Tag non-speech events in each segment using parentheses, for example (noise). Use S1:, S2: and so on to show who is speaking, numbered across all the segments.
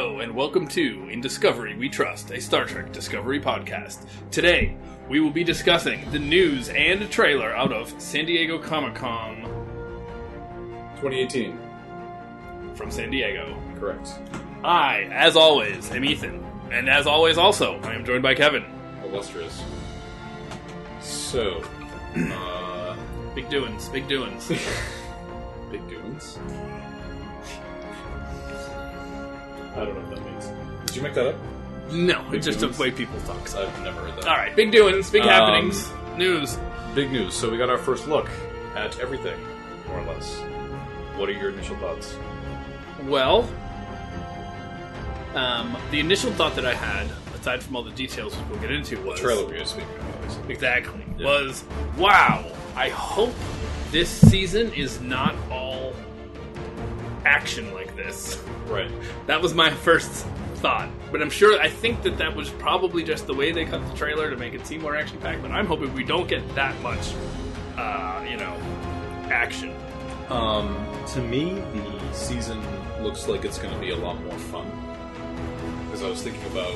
S1: Welcome to In Discovery We Trust, a Star Trek Discovery podcast. Today, we will be discussing the news and trailer out of San Diego Comic Con
S2: 2018.
S1: from San Diego.
S2: Correct.
S1: I, as always, am Ethan. And as always, also, I am joined by Kevin.
S2: Illustrious. So, uh,
S1: Big doings, big
S2: (laughs)
S1: doings.
S2: big doings.
S1: I don't know what that means.
S2: Did you make that up?
S1: No,
S2: Big
S1: it's just
S2: doings?
S1: the way people talk.
S2: 'Cause I've never heard that.
S1: Alright, big doings, big
S2: Um,
S1: happenings, news.
S2: Big news. So we got our first look at everything, more or less. What are your initial thoughts?
S1: Well, um, the initial thought that I had, aside from all the details which we'll get into, was
S2: Trailer view, speaking of obviously.
S1: exactly
S2: Yeah.
S1: was wow. I hope this season is not all action like this. (laughs)
S2: Right.
S1: That was my first thought, but I'm sure I think that that was probably just the way they cut the trailer to make it seem more action packed. But I'm hoping we don't get that much, uh, you know, action.
S2: Um, to me, the season looks like it's going to be a lot more fun. Because I was thinking about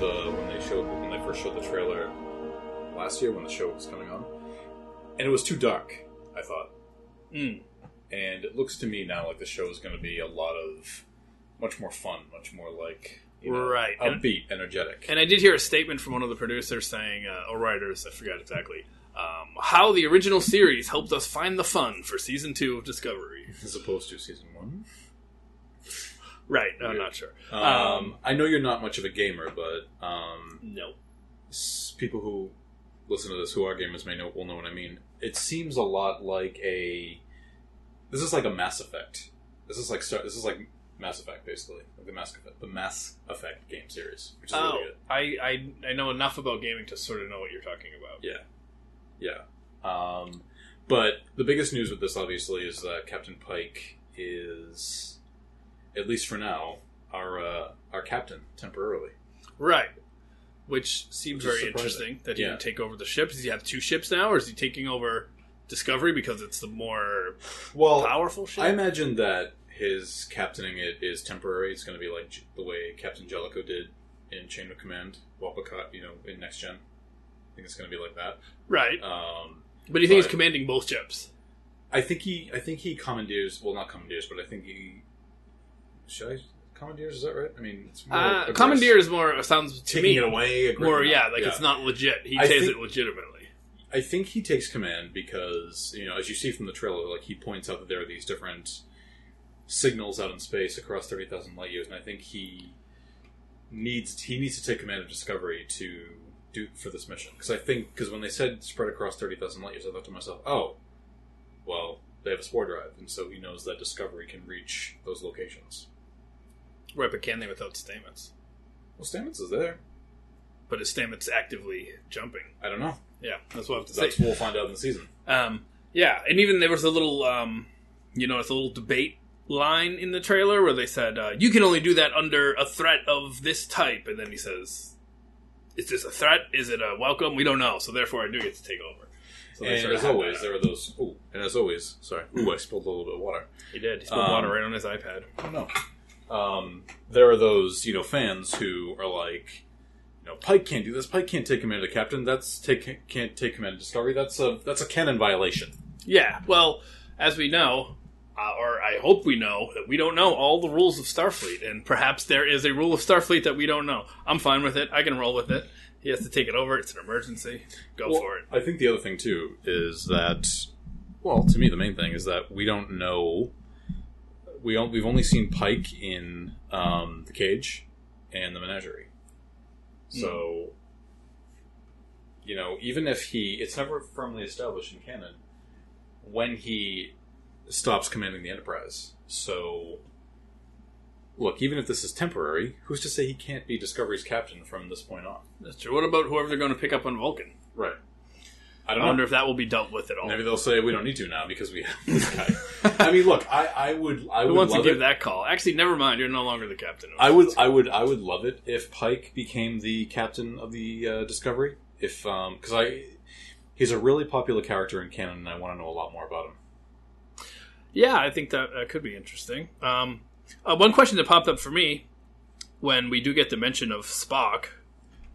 S2: the when they showed when they first showed the trailer last year when the show was coming on, and it was too dark. I thought, Hmm,
S1: Mm.
S2: and it looks to me now like the show is going to be a lot of much more fun, much more like you know, Um,
S1: Right.
S2: upbeat, energetic.
S1: And I did hear a statement from one of the producers saying, uh, or writers, I forgot exactly, um, how the original series helped us find the fun for season two of Discovery.
S2: as opposed to season one.
S1: Right, no, I'm
S2: Weird.
S1: not sure.
S2: Um,
S1: Um,
S2: I know you're not much of a gamer, but um,
S1: no.
S2: s- people who listen to this who are gamers may know will know what I mean. It seems a lot like a this is like a Mass Effect. This is like Star- this is like Mass Effect basically, like the Mass Effect, the Mass Effect game series, which is
S1: Oh,
S2: really good.
S1: I, I, I know enough about gaming to sort of know what you're talking about.
S2: Yeah, yeah. Um, but the biggest news with this obviously is that Captain Pike is, at least for now, our uh, our captain temporarily.
S1: Right. Which seems
S2: Which is
S1: very
S2: surprising.
S1: interesting that he
S2: Yeah.
S1: can take over the ship. Does he have two ships now, or is he taking over Discovery because it's the more
S2: Well,
S1: powerful ship?
S2: I imagine that his captaining it is temporary. It's going to be like J- the way Captain Jellicoe did in Chain of Command, Wapakot, you know, in Next Gen. I think it's going to be like that.
S1: right.
S2: Um,
S1: But you think he's
S2: but-
S1: commanding both ships?
S2: I think he, I think he commandeers. Well, not commandeers, but I think he. Should I commandeers? Is that right? I mean, it's more
S1: Uh,
S2: aggressive.
S1: commandeer is more, sounds to
S2: Oh, taking
S1: me,
S2: it away. aggressive.
S1: Or yeah, like it's not legit. He
S2: I
S1: takes
S2: think-
S1: it legitimately.
S2: I think he takes command because you know, as you see from the trailer, like he points out that there are these different signals out in space across thirty thousand light years, and I think he needs he needs to take command of Discovery to do for this mission because I think because when they said spread across thirty thousand light years, I thought to myself, oh, well, they have a spore drive, and so he knows that Discovery can reach those locations.
S1: Right, but can they without Stamets?
S2: Well, Stamets is there.
S1: But is Stamets actively jumping?
S2: I don't know.
S1: Yeah, that's what I have to
S2: That's
S1: say.
S2: what we'll find out in the season.
S1: Um, yeah, and even there was a little, um, you know, it's a little debate line in the trailer where they said, uh, "You can only do that under a threat of this type," and then he says, "Is this a threat? Is it a welcome? We don't know. So therefore, I do get to take over." So they
S2: (laughs) And
S1: sort of
S2: as
S1: had
S2: always,
S1: that.
S2: there are those. Ooh, and as always, sorry. Ooh, I spilled a little bit of water.
S1: he did. He spilled
S2: um,
S1: water right on his iPad.
S2: don't know. Um, there are those, you know, fans who are like, you know, Pike can't do this. Pike can't take command of the captain. That's take can't take command of Discovery. That's a that's a canon violation.
S1: Yeah, well, as we know, uh, or I hope we know, that we don't know all the rules of Starfleet, and perhaps there is a rule of Starfleet that we don't know. I'm fine with it. I can roll with it. He has to take it over. It's an emergency. Go
S2: Well,
S1: for it.
S2: I think the other thing too is that, well, to me the main thing is that we don't know. We don't, we've only seen Pike in um, the cage and the menagerie,
S1: Hmm.
S2: so you know even if he, it's never firmly established in canon when he stops commanding the Enterprise. So. Look, even if this is temporary, who's to say he can't be Discovery's captain from this point on?
S1: That's true. What about whoever they're going to pick up on Vulcan?
S2: Right. I
S1: I
S2: don't know.
S1: wonder if that will be dealt with at all.
S2: Maybe they'll say we don't need to now because we have (laughs) this guy. I mean, look, I, I would, I
S1: Who
S2: would
S1: wants to
S2: love
S1: give
S2: it.
S1: that call? Actually, never mind. You're no longer the captain.
S2: I would, I would, I would love it if Pike became the captain of the uh, Discovery. If because I, he's a really popular character in canon, and I want to know a lot more about him.
S1: Yeah, I think that, that could be interesting. Um, uh, one question that popped up for me when we do get the mention of Spock,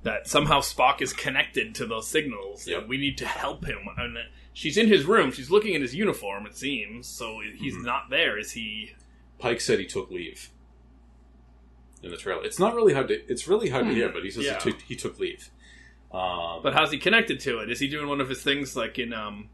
S1: that somehow Spock is connected to those signals,
S2: Yep.
S1: and we need to help him. And that- she's in his room. She's looking at his uniform. It seems so. He's
S2: Mhm.
S1: not there. Is he?
S2: Pike said he took leave in the trailer. It's not really hard to. It's really hard to
S1: Hmm.
S2: hear, but he says
S1: Yeah.
S2: he, took, he took leave. Um,
S1: But how's he connected to it? Is he doing one of his things like in um,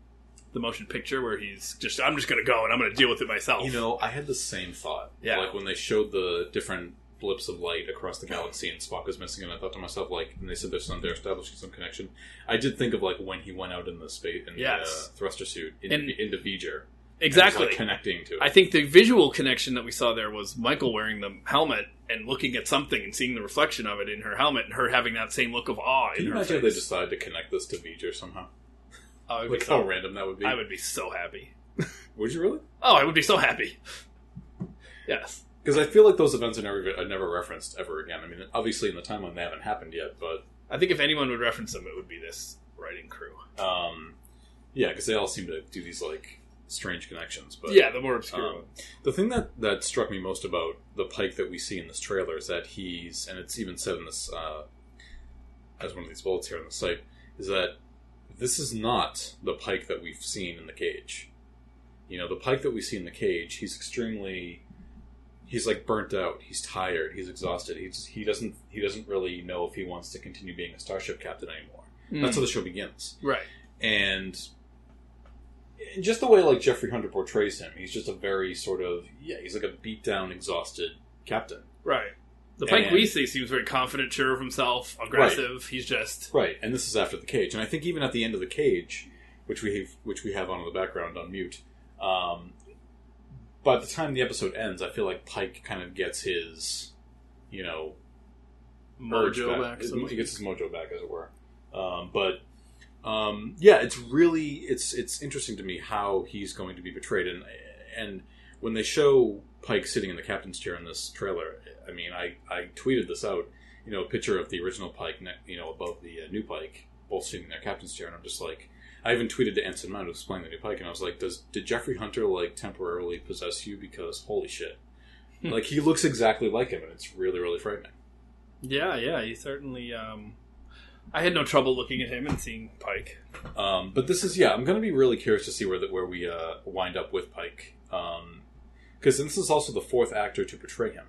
S1: the motion picture where he's just I'm just gonna go and I'm gonna deal with it myself.
S2: you know, I had the same thought.
S1: Yeah.
S2: Like when they showed the different blips of light across the galaxy and Spock was missing, and I thought to myself, like, and they said there's some they're establishing some connection. I did think of like when he went out in the space in
S1: Yes.
S2: the uh, thruster suit in,
S1: And-
S2: into V'ger. and was,
S1: exactly.
S2: like, connecting to it.
S1: I think the visual connection that we saw there was Michael wearing the helmet and looking at something and seeing the reflection of it in her helmet and her having that same look of awe
S2: Can
S1: in
S2: you
S1: her
S2: imagine
S1: face.
S2: if they decided to connect this to V'ger somehow?
S1: Oh, I, would be
S2: Like
S1: so,
S2: how random that would be.
S1: I would be so happy.
S2: Would you really?
S1: Oh, I would be so happy. yes.
S2: Because I feel like those events are never are never referenced ever again. I mean, obviously in the timeline they haven't happened yet, but
S1: I think if anyone would reference them, it would be this writing crew.
S2: um, yeah, because they all seem to do these like strange connections. But
S1: yeah, the more obscure
S2: Um,
S1: one.
S2: the thing that, that struck me most about the Pike that we see in this trailer is that he's, and it's even said in this, uh, as one of these bullets here on the site, is that this is not the Pike that we've seen in the cage. You know, the Pike that we see in the cage, he's extremely, he's like burnt out. He's tired. He's exhausted. He's he doesn't he doesn't really know if he wants to continue being a starship captain anymore. That's how the show begins
S1: hmm. right.
S2: and and just the way like Jeffrey Hunter portrays him, he's just a very sort of yeah, he's like a beat down, exhausted captain.
S1: Right. The Pike
S2: And-
S1: we see seems very confident, sure of himself, aggressive. He's just
S2: Right, and this is after the cage, and I think even at the end of the cage, which we have, which we have on in the background on mute. Um, by the time the episode ends, I feel like Pike kind of gets his, you know, urge
S1: mojo back. so to
S2: He
S1: speak.
S2: gets his mojo back, as it were. Um, but um, yeah, it's really it's it's interesting to me how he's going to be betrayed, and and when they show Pike sitting in the captain's chair in this trailer, I mean, I I tweeted this out, you know, a picture of the original Pike, ne- you know, above the uh, new Pike, both sitting in their captain's chair, and I'm just like. I even tweeted to Anson Mount who was playing the new Pike, and I was like, "Does did Jeffrey Hunter like temporarily possess you? Because holy shit,
S1: Hmm.
S2: like he looks exactly like him, and it's really really frightening."
S1: Yeah, yeah, he certainly. Um, I had no trouble looking at him and seeing Pike.
S2: Um, but this is yeah, I'm going to be really curious to see where that where we uh, wind up with Pike, because this is also the fourth actor to portray him.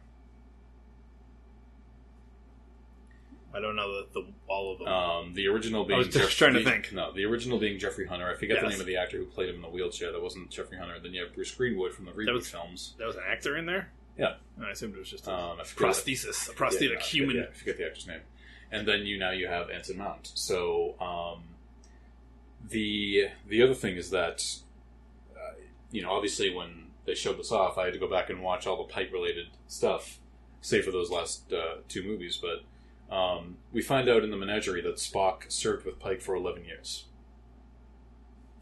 S1: I don't know the, the all of them.
S2: Um, the original being
S1: was just
S2: Jeff-
S1: trying to
S2: the-
S1: think.
S2: No, the original being Jeffrey Hunter. I forget the
S1: Yes.
S2: name of the actor who played him in the wheelchair. That wasn't Jeffrey Hunter. Then you have Bruce Greenwood from the reboot
S1: was-
S2: films.
S1: there was an actor in there.
S2: Yeah.
S1: I assumed it was just a
S2: Um, I forget the-
S1: prosthesis, a prosthetic
S2: yeah, no, I forget-
S1: human.
S2: yeah, I forget the actor's name. And then you now you have Anson Mount. So um, the the other thing is that uh, you know obviously when they showed this off, I had to go back and watch all the Pike related stuff, save for those last uh, two movies. But um, we find out in the menagerie that Spock served with Pike for eleven years.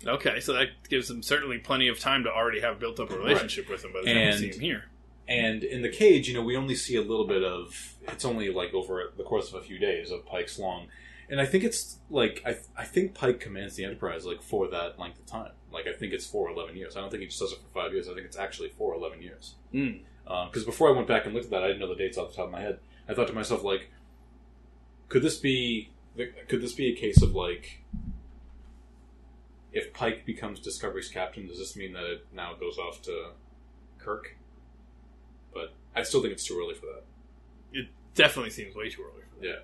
S1: Okay, so that gives him certainly plenty of time to already have built up a relationship with him by the time we
S2: And-
S1: see him here.
S2: And in the cage, you know, we only see a little bit of. It's only like over the course of a few days of Pike's long, and I think it's like I I think Pike commands the Enterprise like for that length of time. Like I think it's for eleven years. I don't think he just does it for five years. I think it's actually for eleven years.
S1: Mm.
S2: Because before I went back and looked at that, I didn't know the dates off the top of my head. I thought to myself like, could this be could this be a case of like. If Pike becomes Discovery's captain, does this mean that it now goes off to Kirk? but I still think it's too early for that.
S1: Definitely seems way too early. For that.
S2: Yeah.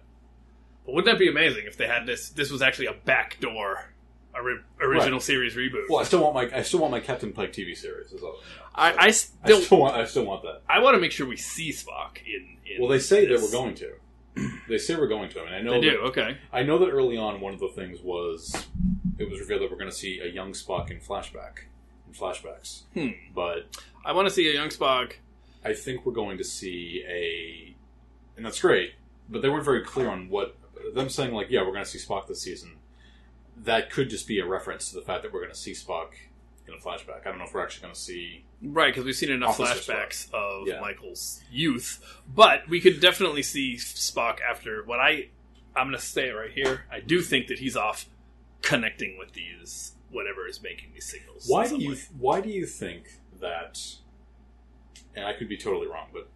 S1: But wouldn't that be amazing if they had this? This was actually a backdoor ori- original series reboot.
S2: Well, I still want my I still want my Captain Pike TV series. Is all.
S1: I, I
S2: I
S1: still, I,
S2: still want I still want that.
S1: want to make sure we see Spock in. in
S2: Well, they say that
S1: this.
S2: we're going (clears throat) to. They say we're going to. I mean, I know
S1: They do.
S2: that-
S1: Okay.
S2: I know that early on, one of the things was it was revealed that we're going to see a young Spock in flashback in flashbacks.
S1: Hmm.
S2: But
S1: I want to see a young Spock.
S2: I think we're going to see a, and that's great. But they weren't very clear on what them saying like, yeah, we're going to see Spock this season. That could just be a reference to the fact that we're going to see Spock in a flashback. I don't know if we're actually going to see
S1: Right, because we've seen enough
S2: Officer
S1: flashbacks of
S2: Yeah.
S1: Michael's youth, but we could definitely see Spock after what I. I'm going to say it right here. I do think that he's off connecting with these whatever is making these signals. in
S2: Why do
S1: some
S2: you
S1: way.
S2: Why do you think that? And I could be totally wrong, but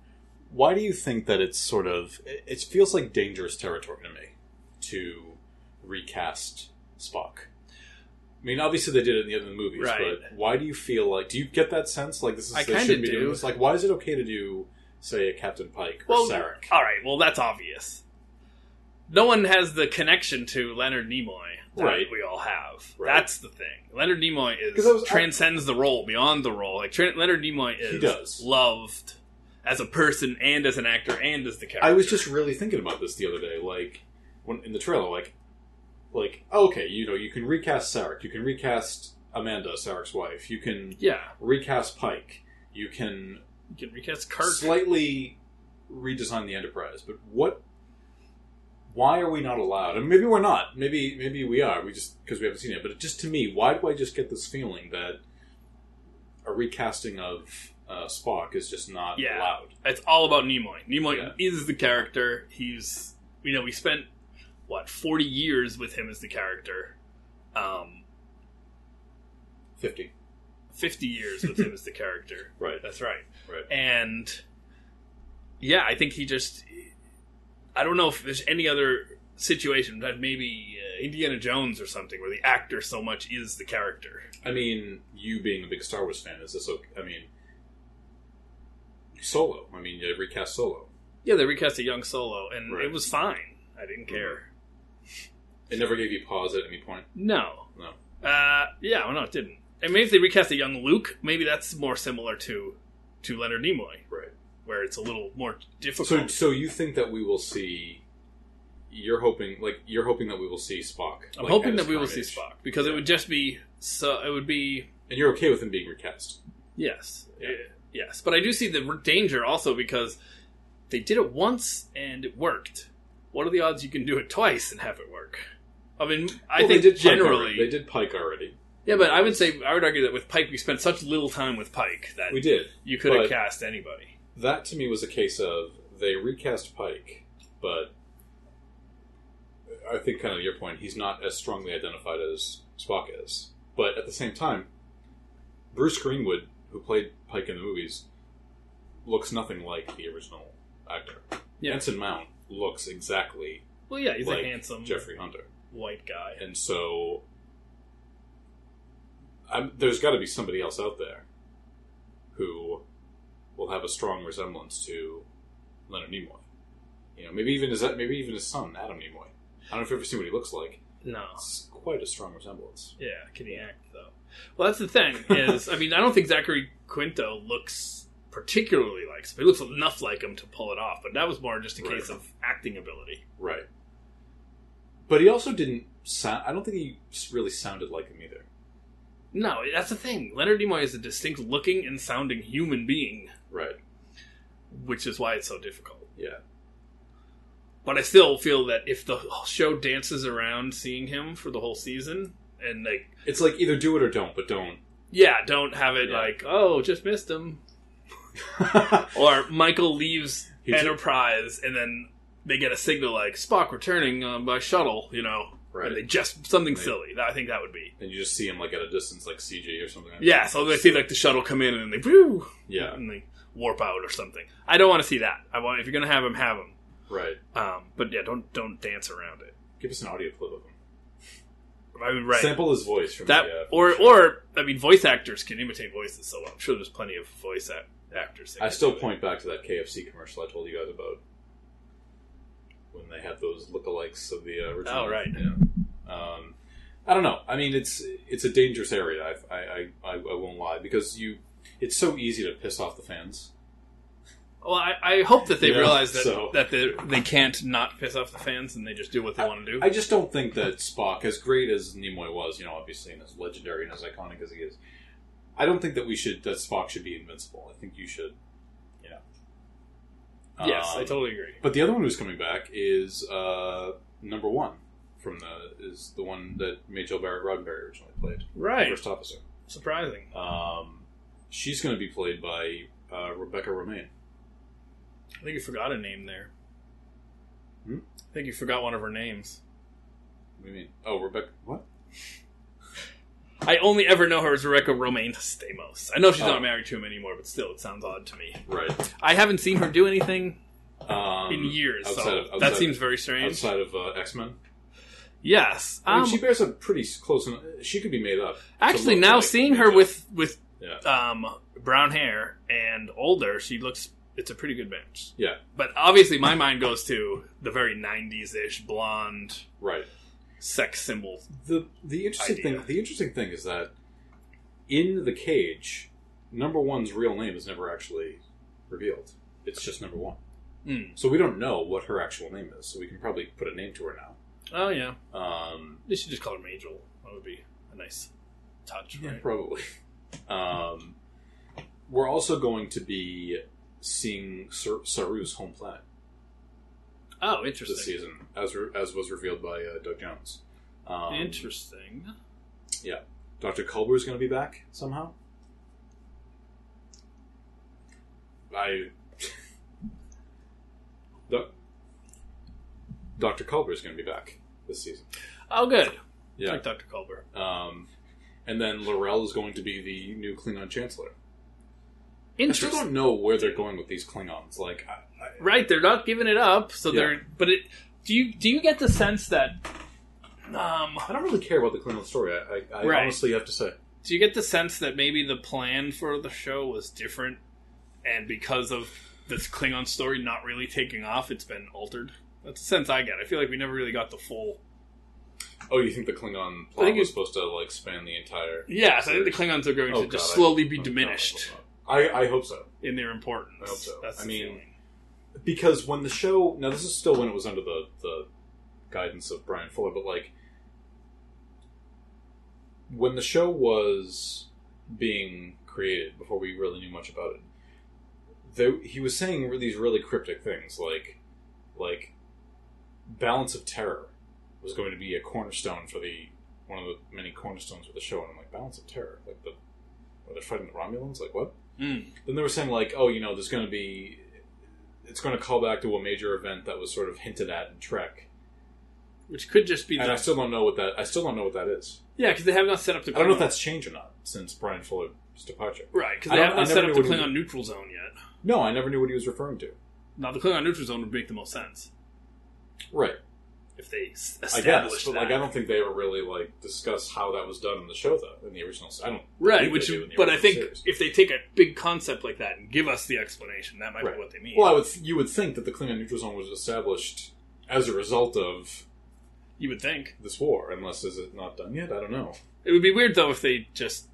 S2: Why do you think that it's sort of it it feels like dangerous territory to me to recast Spock? I mean, obviously they did it in the other movies,
S1: Right.
S2: but why do you feel like do you get that sense like this is
S1: I
S2: they
S1: kinda
S2: shouldn't be
S1: do.
S2: doing this? Like, why is it okay to do say a Captain Pike or
S1: Well,
S2: Sarek?
S1: all right. Well, that's obvious. No one has the connection to Leonard Nimoy that
S2: Right.
S1: we all have.
S2: Right.
S1: That's the thing. Leonard Nimoy
S2: 'Cause
S1: is
S2: I was- I-
S1: transcends the role, beyond the role. Like Tran Leonard Nimoy is
S2: does.
S1: loved as a person and as an actor and as the character.
S2: I was just really thinking about this the other day, like when in the trailer, like, like oh, okay, you know, you can recast Sarek, you can recast Amanda, Sarek's wife, you can
S1: yeah.
S2: recast Pike, you can
S1: You can recast Kirk.
S2: slightly redesign the Enterprise, but what? Why are we not allowed? And maybe we're not. Maybe maybe we are. We just because we haven't seen it. But it just to me, why do I just get this feeling that a recasting of uh, Spock is just not
S1: Yeah.
S2: allowed?
S1: it's all about Nimoy. Nimoy
S2: Yeah.
S1: is the character. He's you know we spent what forty years with him as the character. Um,
S2: Fifty.
S1: fifty years with him as the character.
S2: Right.
S1: That's right.
S2: Right.
S1: And yeah, I think he just. I don't know if there's any other situation that maybe uh, Indiana Jones or something where the actor so much is the character.
S2: I mean, you being a big Star Wars fan, is this okay? I mean, Solo. I mean, you recast Solo.
S1: Yeah, they recast a young Solo, and
S2: Right. Mm-hmm.
S1: it was fine. I didn't care.
S2: It never gave you pause at any point.
S1: No.
S2: No.
S1: Uh, yeah, well, no, it didn't. And maybe if they recast a young Luke, maybe that's more similar to to Leonard Nimoy,
S2: Right.
S1: where it's a little more difficult.
S2: So, so you think that we will see? You're hoping, like, you're hoping that we will see Spock.
S1: I'm
S2: like, at
S1: hoping
S2: his
S1: that we will
S2: prime
S1: see
S2: age.
S1: Spock because it
S2: Yeah.
S1: would just be so. It would be
S2: and you're okay with him being recast.
S1: Yes.
S2: Yeah.
S1: Uh, Yes. But I do see the r- danger also because they did it once and it worked. What are the odds you can do it twice and have it work? I mean, I
S2: Well,
S1: think
S2: they did Pike
S1: generally.
S2: already- they did Pike already.
S1: yeah, but I would say, I would argue that with Pike, we spent such little time with Pike that
S2: We did.
S1: you could have
S2: but-
S1: cast anybody.
S2: That to me was a case of they recast Pike, but I think kind of your point, he's not as strongly identified as Spock is. But at the same time, Bruce Greenwood, who played Pike in the movies, looks nothing like the original actor.
S1: Yeah.
S2: Anson Mount looks exactly
S1: Well, yeah, he's
S2: like
S1: a handsome
S2: Jeffrey Hunter.
S1: white guy.
S2: And so i there's got to be somebody else out there who will have a strong resemblance to Leonard Nimoy. You know, maybe even his maybe even his son Adam Nimoy. I don't know if you've ever seen what he looks like.
S1: No.
S2: It's quite a strong resemblance.
S1: Yeah, can he act, though? Well, that's the thing, is, I mean, I don't think Zachary Quinto looks particularly like, he looks enough like him to pull it off, but that was more just a
S2: Right.
S1: case of acting ability.
S2: Right. But he also didn't sound. I don't think he s- really sounded like him either.
S1: No, that's the thing. Leonard Nimoy is a distinct looking and sounding human being,
S2: Right.
S1: which is why it's so difficult.
S2: Yeah.
S1: But I still feel that if the show dances around seeing him for the whole season, and like,
S2: It's like either do it or don't, but don't. (laughs)
S1: yeah, don't have it
S2: Yeah.
S1: like, oh, just missed him, or Michael leaves
S2: He did-
S1: Enterprise, and then they get a signal like Spock returning uh, by shuttle, you know, and they just something
S2: Right.
S1: silly. That, I think that would be.
S2: And you just see him like at a distance, like CG or something.
S1: Yeah, so they see like the shuttle come in and then they, whew,
S2: Yeah.
S1: and they warp out or something. I don't want to see that. I want if you're gonna have him, have him.
S2: Right.
S1: Um, but yeah, don't don't dance around it.
S2: Give us an audio clip of him.
S1: I mean, right?
S2: Sample his voice from
S1: that
S2: the, uh,
S1: or
S2: from-
S1: or I mean, voice actors can imitate voices, so I'm sure there's plenty of voice act- actors. that
S2: I
S1: can
S2: still
S1: do it.
S2: point back to that KFC commercial I told you guys about when they had those lookalikes of the uh, original.
S1: Oh, right.
S2: Yeah. Um, I don't know. I mean, it's it's a dangerous area. I I, I, I I won't lie because you, it's so easy to piss off the fans.
S1: Well, I, I hope that they
S2: Yeah,
S1: realize that
S2: so-
S1: that they they can't not piss off the fans and they just do what they want to do.
S2: I just don't think that Spock, as great as Nimoy was, you know, obviously, and as legendary and as iconic as he is, I don't think that we should that Spock should be invincible. I think you should, you know.
S1: yes,
S2: Um,
S1: I totally agree.
S2: But the other one who's coming back is uh, number one from the is the one that Major Barrett Roddenberry originally played,
S1: Right,
S2: first officer.
S1: surprising.
S2: Um, she's going to be played by uh, Rebecca Romaine.
S1: I think you forgot a name there.
S2: Hmm?
S1: I think you forgot one of her names.
S2: What do you mean? Oh, Rebecca. What?
S1: I only ever know her as Rebecca Romaine Stamos. I know she's
S2: Oh.
S1: not married to him anymore, but still, it sounds odd to me.
S2: Right.
S1: I haven't seen her do anything
S2: Um,
S1: in years,
S2: outside
S1: so
S2: of- outside
S1: that
S2: of-
S1: seems very strange.
S2: outside of uh, X Men.
S1: Yes,
S2: I mean,
S1: um,
S2: she bears a pretty s- close. She could be made up. to
S1: actually,
S2: look
S1: now
S2: like-
S1: seeing her with with
S2: Yeah.
S1: um, brown hair and older, she looks. It's a pretty good match.
S2: Yeah.
S1: But obviously, my mind goes to the very '90s ish blonde
S2: Right.
S1: sex symbol.
S2: the the interesting
S1: idea.
S2: thing the interesting thing is that in the cage, number one's real name is never actually revealed. It's just number one.
S1: Mm.
S2: So we don't know what her actual name is. So we can probably put a name to her now.
S1: Oh yeah,
S2: Um,
S1: they should just call her Majel. That would be a nice touch.
S2: yeah,
S1: Right?
S2: probably. Um, we're also going to be seeing Sar- Saru's home planet
S1: Oh,
S2: this
S1: interesting.
S2: season, as re- as was revealed by uh, Doug Jones. Um,
S1: Interesting.
S2: Dr. Culber's going to be back somehow. I. (laughs) Do- Dr. Culber's going to be back this season.
S1: Oh, good.
S2: Yeah.
S1: Like Dr. Culber.
S2: Um, and then Laurel is going to be the new Klingon Chancellor. I still
S1: Interesting.
S2: don't know where they're going with these Klingons. Like, I, I,
S1: Right, they're not giving it up, so
S2: Yeah.
S1: they're. But it, do you do you get the sense that, um,
S2: I don't really care about the Klingon story. I, I, I
S1: Right.
S2: honestly have to say.
S1: do you get the sense that maybe the plan for the show was different, and because of this Klingon story not really taking off, it's been altered. That's the sense I get. I feel like we never really got the full.
S2: Oh, you think the Klingon
S1: I
S2: plot
S1: think
S2: was
S1: it-
S2: supposed to like span the entire?
S1: Yes, I think the Klingons are going
S2: Oh,
S1: to just
S2: God, I-
S1: slowly
S2: oh,
S1: be
S2: God, I
S1: diminished
S2: hope not. I, I hope so.
S1: in their importance.
S2: I hope so.
S1: That's
S2: I
S1: the
S2: mean,
S1: feeling.
S2: because when the show now this is still when it was under the the guidance of Brian Fuller, but like when the show was being created before we really knew much about it, there, he was saying re- these really cryptic things like like balance of terror was going to be a cornerstone for the one of the many cornerstones for the show, and I'm like balance of terror like the where they're fighting the Romulans like what
S1: Mm.
S2: then they were saying like, oh, you know, there's going to be, it's going to call back to a major event that was sort of hinted at in Trek,
S1: which could just be
S2: and I
S1: the
S2: still don't know what that. I still don't know what that is.
S1: yeah, because they have not set up the.
S2: I don't know
S1: Klingon-
S2: if that's changed or not since Brian Fuller's departure.
S1: right because
S2: I
S1: they
S2: don't-
S1: have
S2: I
S1: not set
S2: never
S1: up
S2: knew
S1: the
S2: what he-
S1: Klingon neutral zone yet.
S2: No, I never knew what he was referring to.
S1: Now, the Klingon neutral zone would make the most sense
S2: Right,
S1: if they s-
S2: I
S1: established
S2: guess, but
S1: that.
S2: like, I don't think they ever really like discuss how that was done in the show, though. In the original, I don't.
S1: right,
S2: think
S1: which,
S2: they do in the
S1: but I
S2: original
S1: think
S2: series.
S1: if they take a big concept like that and give us the explanation, that might
S2: Right.
S1: be what they mean.
S2: Well, I would. You would think that the Klingon neutral zone was established as a result of
S1: you would think
S2: this war, unless is it not done yet? I don't know.
S1: it would be weird though if they just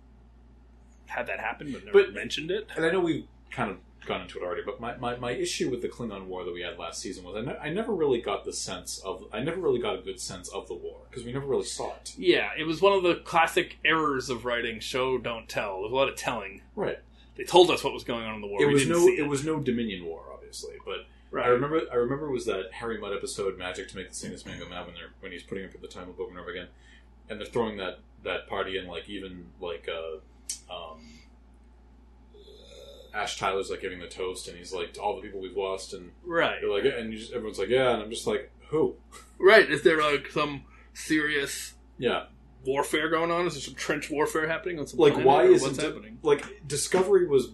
S1: had that happen but never
S2: But-
S1: mentioned it.
S2: and I know we've kind of gone into it already, but my, my, my issue with the Klingon War that we had last season was I, ne- I never really got the sense of I never really got a good sense of the war because we never really saw it.
S1: Yeah, it was one of the classic errors of writing show don't tell. There's a lot of telling.
S2: Right.
S1: They told us what was going on in the war.
S2: It
S1: we
S2: was
S1: didn't
S2: no
S1: see
S2: it. was no Dominion War, obviously, but
S1: right.
S2: I remember I remember it was that Harry Mudd episode Magic to Make the Saints Man Go Mad when they're when he's putting up at the time loop over and over again, and they're throwing that that party and like even like uh, um, uh, Ash Tyler's like giving the toast and he's like to all the people we've lost and
S1: right.
S2: You're like, and you just, everyone's like, yeah, and I'm just like, who?
S1: Right. Is there like some serious
S2: Yeah,
S1: warfare going on? Is there some trench warfare happening on some
S2: like
S1: planet,
S2: why
S1: or
S2: is
S1: what's
S2: it
S1: happening?
S2: like Discovery was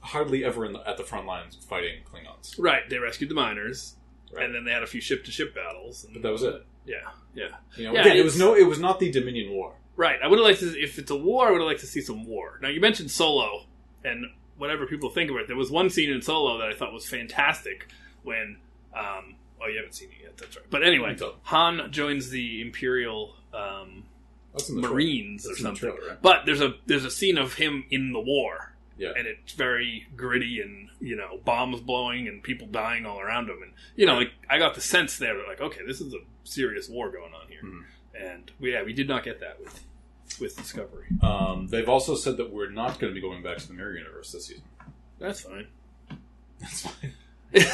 S2: hardly ever in the, at the front lines fighting Klingons,
S1: Right. They rescued the miners,
S2: Right.
S1: and then they had a few ship to ship battles. And
S2: but that was it.
S1: Yeah, yeah.
S2: You know,
S1: Yeah,
S2: again, it was
S1: it's-
S2: no, it was not the Dominion War.
S1: Right. I would have liked to, if it's a war, I would have liked to see some war. Now, you mentioned Solo, and whatever people think of it, there was one scene in Solo that I thought was fantastic when, um, oh, you haven't seen it yet, that's right. But anyway,
S2: Don't.
S1: Han joins the Imperial, um,
S2: That's in the trailer.
S1: Marines or
S2: That's in the
S1: something.
S2: trailer, right?
S1: But there's a there's a scene of him in the war.
S2: Yeah.
S1: And it's very gritty and, you know, bombs blowing and people dying all around him. And, you know, like, I got the sense there, that, like, okay, this is a serious war going on here.
S2: Mhm.
S1: And, we, yeah, we did not get that with, with Discovery.
S2: Um, they've also said that we're not going to be going back to the Mirror Universe this season. (laughs)
S1: That's fine.
S2: That's fine.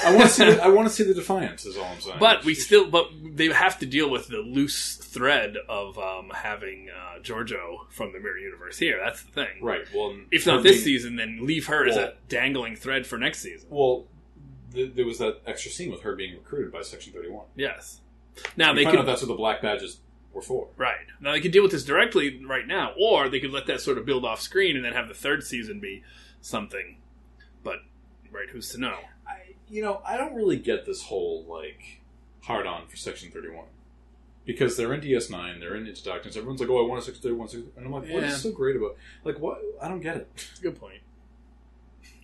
S2: I want to see. The, I want to see the Defiance. Is all I'm saying.
S1: But we still, but they have to deal with the loose thread of um, having uh, Giorgio from the Mirror Universe here. That's the thing.
S2: (laughs) right. Well,
S1: If not
S2: her
S1: this
S2: being-
S1: season, then leave her as
S2: Well-
S1: a dangling thread for next season.
S2: well, th- there was that extra scene with her being recruited by Section Thirty One.
S1: Yes. Now
S2: You
S1: they
S2: find
S1: could
S2: out that's what the Black Badge's we're four.
S1: Right. Now they could deal with this directly right now, or they could let that sort of build off screen and then have the third season be something. But right, who's to know?
S2: I, you know, I don't really get this whole like hard on for Section Thirty One because they're in DS Nine, they're in Into Darkness. Everyone's like, "Oh, I want a Section Thirty One," and I'm like, "What
S1: Yeah.
S2: is so great about? Like, what? I don't get it."
S1: Good point.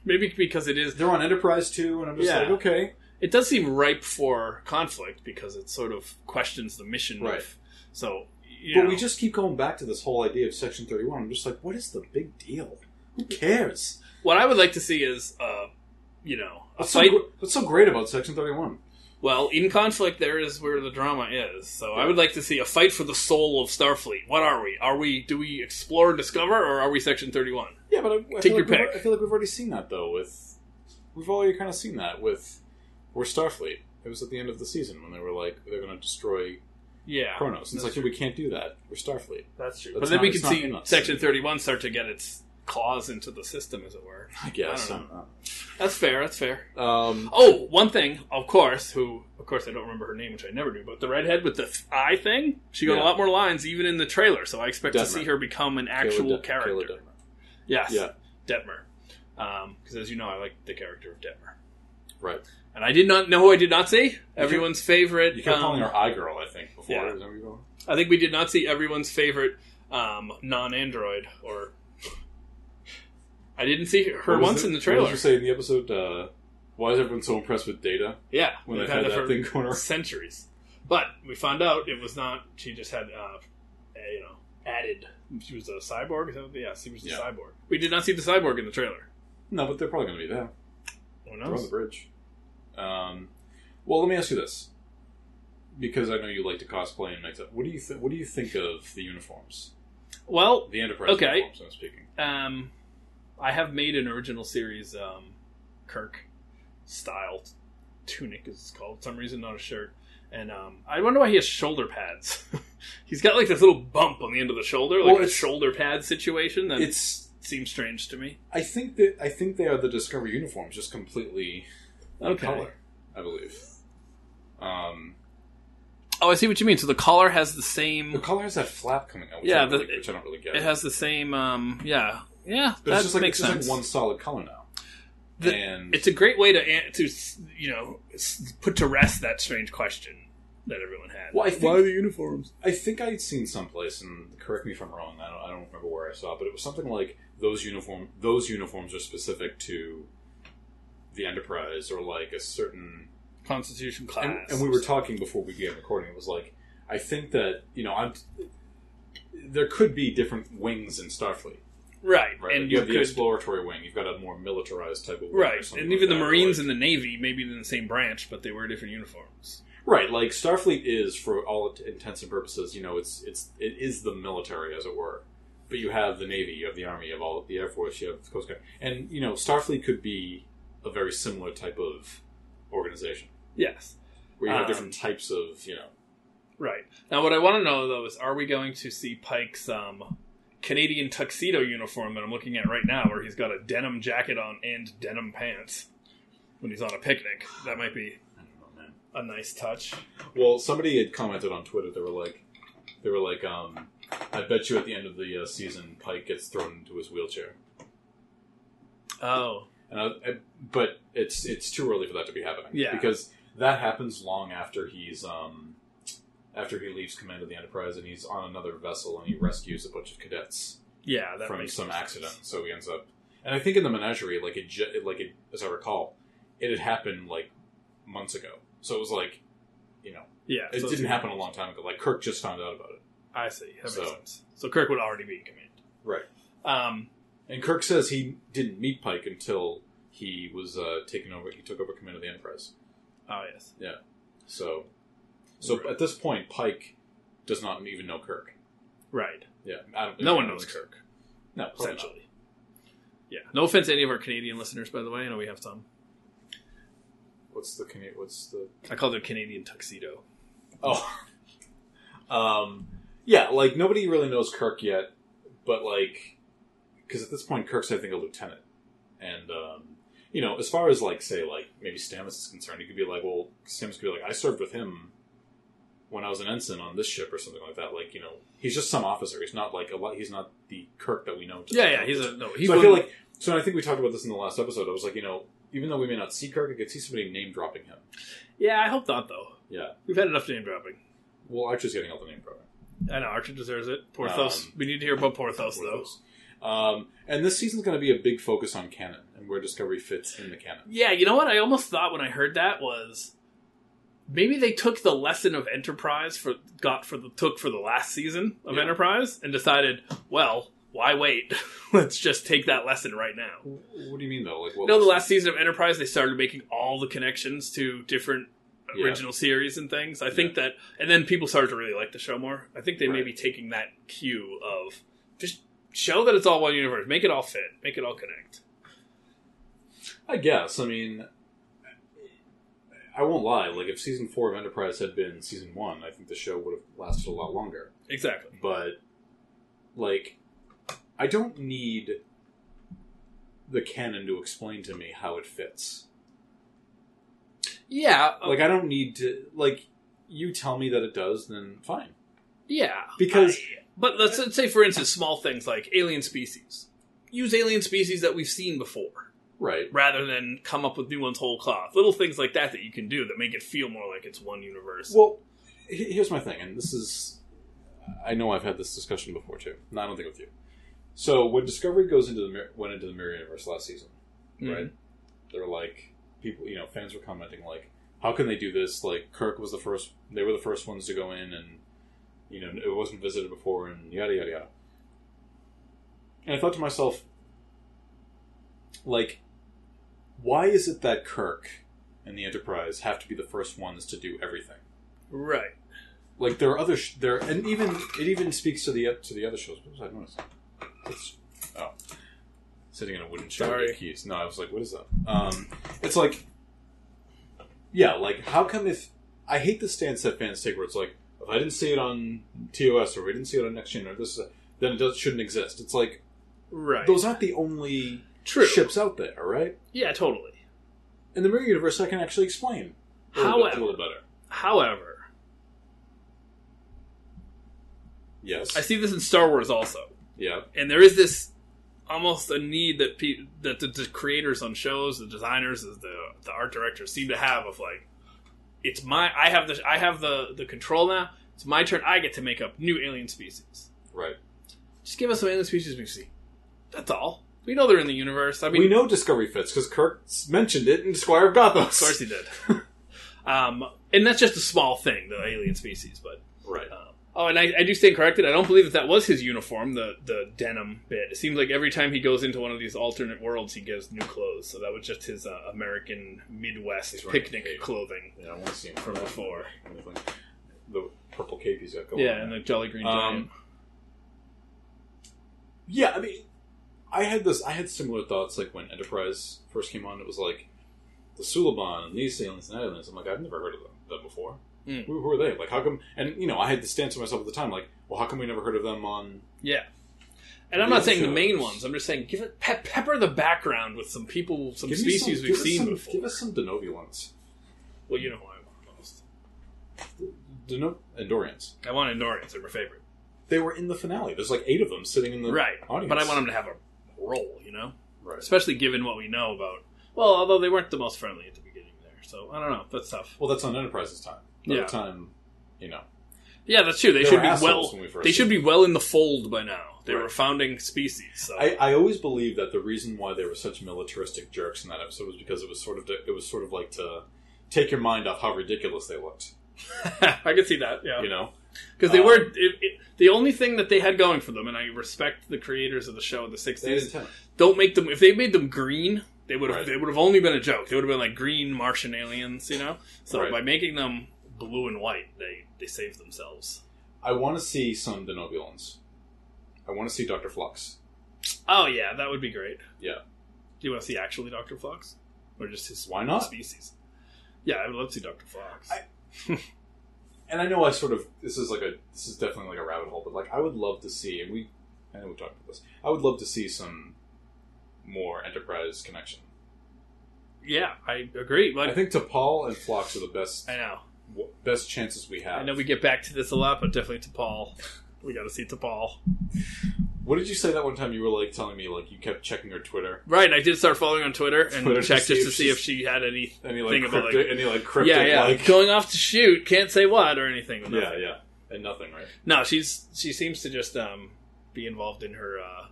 S1: Maybe because it is
S2: They're on Enterprise too, and I'm just
S1: Yeah.
S2: like, "Okay,
S1: it does seem ripe for conflict because it sort of questions the mission
S2: Right.
S1: of so you
S2: But
S1: know,
S2: we just keep going back to this whole idea of Section 31. I'm just like, what is the big deal? Who cares?
S1: what I would like to see is uh you know a
S2: What's so,
S1: fight
S2: gr- what's so great about Section 31?
S1: Well, in conflict, there is where the drama is. So I would like to see a fight for the soul of Starfleet. What are we? Are we? Do we explore and discover, or are we Section Thirty-One?
S2: Yeah, but I, I,
S1: Take
S2: feel,
S1: your
S2: like we've-
S1: pick.
S2: I feel like we've already seen that, though, with. We've already kind of seen that with. We're Starfleet. It was at the end of the season when they were like, they're going to destroy
S1: Yeah,
S2: Kronos. And
S1: that's
S2: it's like,
S1: true.
S2: we can't do that. We're Starfleet.
S1: that's true.
S2: That's
S1: but then
S2: not-
S1: we
S2: it's
S1: can
S2: not
S1: see
S2: enough.
S1: Section Thirty-One start to get its claws into the system, as it were.
S2: I guess.
S1: I don't That's fair. That's fair.
S2: Um,
S1: Oh, one thing, of course. Who, of course, I don't remember her name, which I never do. But the redhead with the th- eye thing, she got
S2: Yeah.
S1: a lot more lines even in the trailer. So I expect
S2: Detmer.
S1: to see her become an
S2: Kayla
S1: actual
S2: De-
S1: character.
S2: Kayla Detmer.
S1: Yes,
S2: Yeah.
S1: Detmer. Because as you know, I like the character of Detmer.
S2: Right.
S1: And I did not know who I did not see. Everyone's favorite.
S2: You kept
S1: um,
S2: calling her Eye Girl, I think, before.
S1: yeah.
S2: Is that where you're going?
S1: I think we did not see everyone's favorite um, non-android. Or I didn't see her
S2: What was
S1: once
S2: it-
S1: in the
S2: What
S1: trailer.
S2: did you say in the episode? Uh, why is everyone so impressed with Data?
S1: Yeah,
S2: when
S1: they've
S2: they had
S1: that
S2: that
S1: for
S2: thing going around.
S1: centuries. But we found out it was not. She just had, uh, a, you know, added. She was a cyborg. Is that what- Yeah, she was a
S2: Yeah.
S1: cyborg. We did not see the cyborg in the trailer.
S2: No, but they're probably going to be there.
S1: Who
S2: They're on the
S1: knows?
S2: bridge. Um, well, let me ask you this, because I know you like to cosplay and make up. What do you th- What do you think of the uniforms?
S1: Well,
S2: The Enterprise
S1: Okay.
S2: uniforms. I'm speaking.
S1: um, I have made an original series um, Kirk style tunic, as it's called. For some reason, not a shirt. And um, I wonder why he has shoulder pads. (laughs) He's got like this little bump on the end of the shoulder,
S2: Well,
S1: like a
S2: it's-
S1: shoulder pad situation. That
S2: It's.
S1: seems strange to me.
S2: I think that I think they are the Discovery uniforms, just completely out of
S1: Okay.
S2: color. I believe. Um,
S1: Oh, I see what you mean. So the collar has the
S2: the
S1: same.
S2: color has that flap coming out, which,
S1: Yeah,
S2: I, don't
S1: the-
S2: really, which I don't really get.
S1: It has the same. Um, yeah, yeah.
S2: but
S1: that
S2: it's just like
S1: makes
S2: it's just
S1: sense.
S2: like one solid color now.
S1: The-
S2: and
S1: It's a great way to to you know put to rest that strange question that everyone had.
S2: Well, I think-
S1: why are the uniforms?
S2: I think I'd seen someplace, and correct me if I'm wrong. I don't, I don't remember where I saw, it, but it was something like those uniform. Those uniforms are specific to the Enterprise, or like a certain.
S1: Constitution class.
S2: And, and we were talking before we began recording. It was like I think that you know I'm. There could be different wings in Starfleet,
S1: right,
S2: right?
S1: and
S2: Like,
S1: you,
S2: you have the
S1: could
S2: exploratory wing. You've got a more militarized type of wing, or
S1: right,
S2: something
S1: and
S2: like
S1: even the
S2: that, or
S1: Marines
S2: like-
S1: and the Navy maybe in the same branch, but they wear different uniforms.
S2: Right, like Starfleet is, for all int- intents and purposes, you know, it's it's it is the military, as it were. But you have the Navy, you have the Army, you have all the Air Force, you have the Coast Guard, and you know, Starfleet could be a very similar type of organization
S1: Yes,
S2: where you have
S1: Um,
S2: different types of, you know,
S1: right. Now, what I want to know though is, are we going to see Pike's um, Canadian tuxedo uniform that I'm looking at right now, where he's got a denim jacket on and denim pants when he's on a picnic? That might be
S2: I don't know, man.
S1: a nice touch.
S2: Well, somebody had commented on Twitter. They were like, they were like, um, I bet you at the end of the uh, season, Pike gets thrown into his wheelchair.
S1: Oh,
S2: And I, I, but it's it's too early for that to be happening.
S1: Yeah.
S2: because that happens long after he's um after he leaves command of the Enterprise and he's on another vessel and he rescues a bunch of cadets
S1: yeah, Oh, that
S2: from
S1: makes
S2: some
S1: sense.
S2: accident. So he ends up, and I think in the menagerie, like it, ju- like it, as I recall, it had happened like months ago. So it was like, you know,
S1: Yeah,
S2: it
S1: so-
S2: didn't happen a long time ago. Like Kirk just found out about it,
S1: I see. That
S2: So-
S1: makes sense. So Kirk would already be in command.
S2: right?
S1: Um,
S2: And Kirk says he didn't meet Pike until he was uh, taken over. He took over command of the Enterprise.
S1: oh
S2: Ah,
S1: yes.
S2: So, so
S1: Right.
S2: at this point, Pike does not even know Kirk.
S1: Right.
S2: Yeah, I don't,
S1: No one knows Kirk,
S2: No, probably not.
S1: essentially. Yeah. No offense to any of our Canadian listeners, by the way. I know we have some.
S2: What's the Cana- What's the
S1: I call it a Canadian tuxedo.
S2: oh, (laughs) um, yeah, like nobody really knows Kirk yet, but like because at this point, Kirk's I think a lieutenant, and um, you know, as far as like say like maybe Stamets is concerned, he could be like, well, Stamets could be like, I served with him when I was an ensign on this ship or something like that. Like you know, he's just some officer. He's not like a lot. He's not the Kirk that we know.
S1: Yeah, yeah, he's a no. He's
S2: so I
S1: one-
S2: feel like so. I think we talked about this in the last episode. I was like, you know, even though we may not see Kirk, I could see somebody name dropping him.
S1: yeah. I hope not though.
S2: Yeah.
S1: We've had enough name dropping.
S2: Well, Archer's getting all the name dropping.
S1: I know Archer deserves it. Porthos.
S2: Um,
S1: we need to hear about Porthos though.
S2: Porthos. Um, and this season's going to be a big focus on canon and where Discovery fits in the canon.
S1: Yeah, you know what? I almost thought when I heard that was maybe they took the lesson of Enterprise for got for the took for the last season of
S2: Yeah.
S1: Enterprise and decided, well, why wait? (laughs) Let's just take that lesson right now.
S2: What do you mean though? Like, what
S1: No, the
S2: lesson?
S1: last season of Enterprise, they started making all the connections to different
S2: Yeah.
S1: original series and things. I think that, and then people started to really like the show more. I think they may
S2: Right.
S1: be taking that cue of just show that it's all one universe, make it all fit, make it all connect.
S2: I guess. I mean, I won't lie. Like, if season four of Enterprise had been season one, I think the show would have lasted a lot longer.
S1: Exactly.
S2: But, like, I don't need the canon to explain to me how it fits.
S1: Yeah.
S2: Like, I don't need to. Like, you tell me that it does, then fine.
S1: yeah.
S2: Because-
S1: I- but let's, let's say, for instance, small things like alien species. Use alien species that we've seen before,
S2: Right.
S1: rather than come up with new ones whole cloth. Little things like that that you can do that make it feel more like it's one universe.
S2: Well, he- here's my thing, and this is. I know I've had this discussion before too. No, I don't think with you. So when Discovery goes into the mir- went into the mirror universe last season,
S1: Mhm.
S2: right? They're like people, you know, fans were commenting like, "How can they do this?" Like Kirk was the first; they were the first ones to go in, and you know, it wasn't visited before, and yada yada yada. And I thought to myself, like, why is it that Kirk and the Enterprise have to be the first ones to do everything?
S1: Right.
S2: like there are other sh- there and even it even speaks to the to the other shows. What was I noticing? It's, oh, sitting in a wooden chair.
S1: Sorry.
S2: with keys. No, I was like, what is that? Um, it's like, yeah, like how come if I hate the stance that fans take where it's like if I didn't see it on TOS or we didn't see it on Next Gen or this, then it does, shouldn't exist. It's like
S1: Right.
S2: those aren't the only
S1: True.
S2: ships out there, right?
S1: Yeah, totally.
S2: In the mirror universe, I can actually explain. a little bit-
S1: However-
S2: a little better.
S1: However,
S2: Yes.
S1: I see this in Star Wars also,
S2: yeah.
S1: and there is this almost a need that pe- that the, the creators on shows, the designers, the the art directors seem to have of like, it's my I have the I have the the control now. It's my turn. I get to make up new alien species.
S2: Right.
S1: Just give us some alien species we've seen. That's all. We know they're in the universe. I mean,
S2: we know Discovery fits because Kirk mentioned it in Squire of Gothos.
S1: of course he did. (laughs) um, and that's just a small thing, the alien species, but.
S2: Right.
S1: Um, oh, and I, I do stand corrected. I don't believe that that was his uniform, the the denim bit. It seems like every time he goes into one of these alternate worlds, he gets new clothes. So that was just his uh, American Midwest
S2: He's wearing
S1: picnic
S2: a cape.
S1: clothing
S2: Yeah, I want to see him
S1: from before.
S2: Anything. The purple cape he's got going.
S1: Yeah,
S2: on.
S1: and the Jolly Green Giant.
S2: Um, yeah. I mean, I had this. I had similar thoughts like when Enterprise first came on. It was like the Suliban and these aliens and that aliens. I'm like, I've never heard of them, them before.
S1: Mm.
S2: Who, who are they? Like, how come? And you know, I had the stance to myself at the time, like, well, how come we never heard of them on?
S1: Yeah. And I'm not saying the main
S2: Rios.
S1: ones. I'm just saying give it pe- pepper the background with some people, some
S2: Give me
S1: species we've
S2: some- give us
S1: seen
S2: some-
S1: before.
S2: Give us some Denovi ones.
S1: Well, you know who I want most.
S2: Deno- Endorians.
S1: I want Andorians. They're my favorite.
S2: They were in the finale. There's like eight of them sitting in the
S1: Right,
S2: audience.
S1: but I want them to have a role. You know.
S2: Right.
S1: especially given what we know about. Well, although they weren't the most friendly at the beginning there, so I don't know. That's tough.
S2: Well, that's on Enterprise's time. By
S1: Yeah.
S2: the time, you know.
S1: Yeah, that's true. They,
S2: They
S1: should
S2: were
S1: be
S2: assholes
S1: well.
S2: when we first
S1: They should be well in the fold by now. They were
S2: Right.
S1: founding species. So
S2: I, I always believe that the reason why they were such militaristic jerks in that episode was because it was sort of to, it was sort of like to take your mind off how ridiculous they looked.
S1: (laughs) I could see that. Yeah,
S2: You know,
S1: because they
S2: Um,
S1: were it, it, the only thing that they had going for them, and I respect the creators of the show in the
S2: they didn't
S1: '60s.
S2: tell.
S1: Don't make them. If they made them green, they would have.
S2: Right.
S1: They would have only been a joke. They would have been like green Martian aliens, you know. So
S2: Right.
S1: by making them blue and white, they they saved themselves.
S2: I want to see some Denobulans. I want to see Doctor Flux.
S1: Oh yeah, that would be great.
S2: Yeah.
S1: Do you want to see actually Doctor Fox, or just his
S2: Why not?
S1: species? Yeah, I would love to see Doctor Fox.
S2: I- And I know I sort of this is like a this is definitely like a rabbit hole, but like I would love to see and we I know we talked about this. I would love to see some more Enterprise connection.
S1: yeah, I agree.
S2: I
S1: But
S2: think T'Pol and Flux are the best
S1: I know
S2: what best chances we have.
S1: I know we get back to this a lot, but definitely to Paul. We got to see to Paul.
S2: What did you say that one time? You were like telling me like you kept checking her Twitter.
S1: Right, I did start following on Twitter and
S2: Twitter to
S1: check
S2: see
S1: just
S2: if
S1: to see if
S2: she's-
S1: she had any.
S2: Any like
S1: Thing about,
S2: cryptic,
S1: like-
S2: any like cryptic,
S1: Yeah, yeah.
S2: like
S1: Going off to shoot, can't say what or anything. but
S2: (laughs) yeah,
S1: nothing.
S2: yeah, and nothing, right?
S1: No, she's she seems to just um, be involved in her uh,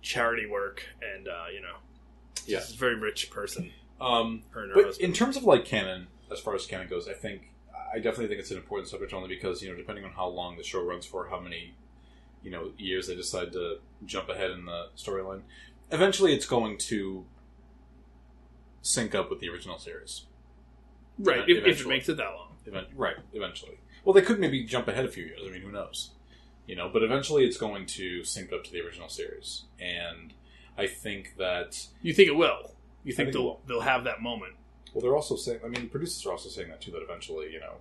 S1: charity work, and uh, you know,
S2: Yeah.
S1: she's a very rich person.
S2: Um,
S1: Her and her
S2: but
S1: husband.
S2: in terms of like canon, as far as canon goes, I think I definitely think it's an important subject only because you know depending on how long the show runs for, how many you know years they decide to jump ahead in the storyline, eventually it's going to sync up with the original series.
S1: right,
S2: uh,
S1: if, if it
S2: eventually.
S1: makes it that long.
S2: Even- right, eventually. Well, they could maybe jump ahead a few years. I mean, who knows? You know, but eventually it's going to sync up to the original series, and I think that
S1: You think it will? You think,
S2: I think it
S1: they'll
S2: will.
S1: they'll have that moment?
S2: Well, they're also saying. I mean, producers are also saying that too. That eventually, you know.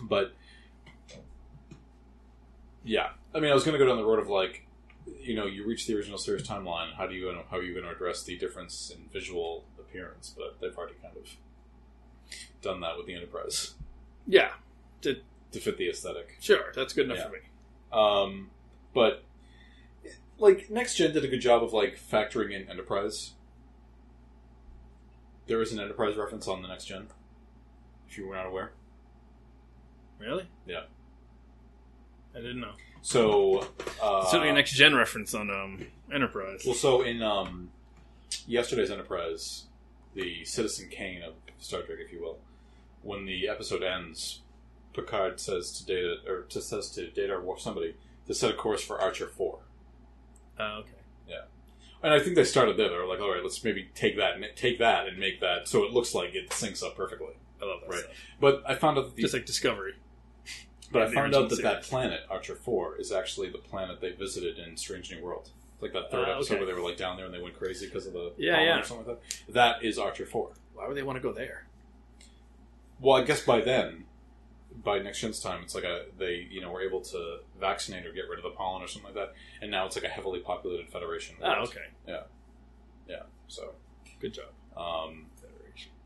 S2: But yeah, I mean, I was going to go down the road of like, you know, you reach the original series timeline. How do you how are you going to address the difference in visual appearance? But they've already kind of done that with the Enterprise (laughs)
S1: Yeah,
S2: to fit the aesthetic.
S1: sure, that's good enough
S2: Yeah.
S1: for me.
S2: Um, but like next gen did a good job of like factoring in Enterprise. There is an Enterprise reference on the next gen. If you were not aware,
S1: Really?
S2: Yeah.
S1: I didn't know.
S2: so uh,
S1: Certainly a next gen reference on um, Enterprise.
S2: Well, so in um, yesterday's Enterprise, the Citizen Kane of Star Trek, if you will, when the episode ends, Picard says to Data or to says to Data or somebody to set a course for Archer Four.
S1: Oh, okay.
S2: And I think they started there. They were like, all right, let's maybe take that and take that and make that so it looks like it syncs up perfectly.
S1: I love that.
S2: Right.
S1: Stuff.
S2: But I found out that the,
S1: Just like Discovery.
S2: but
S1: Yeah,
S2: I
S1: the
S2: found out that
S1: original
S2: that
S1: series.
S2: planet Archer Four is actually the planet they visited in Strange New World. It's like that third
S1: Ah,
S2: episode
S1: okay.
S2: where they were like down there and they went crazy because of the
S1: Yeah,
S2: bomb
S1: yeah.
S2: or something like that. That is Archer Four.
S1: Why would they want to go there?
S2: Well, I guess by then, by next gen's time, it's like a they you know were able to vaccinate or get rid of the pollen or something like that, and now it's like a heavily populated Federation.
S1: Oh, okay.
S2: So,
S1: Good job.
S2: um,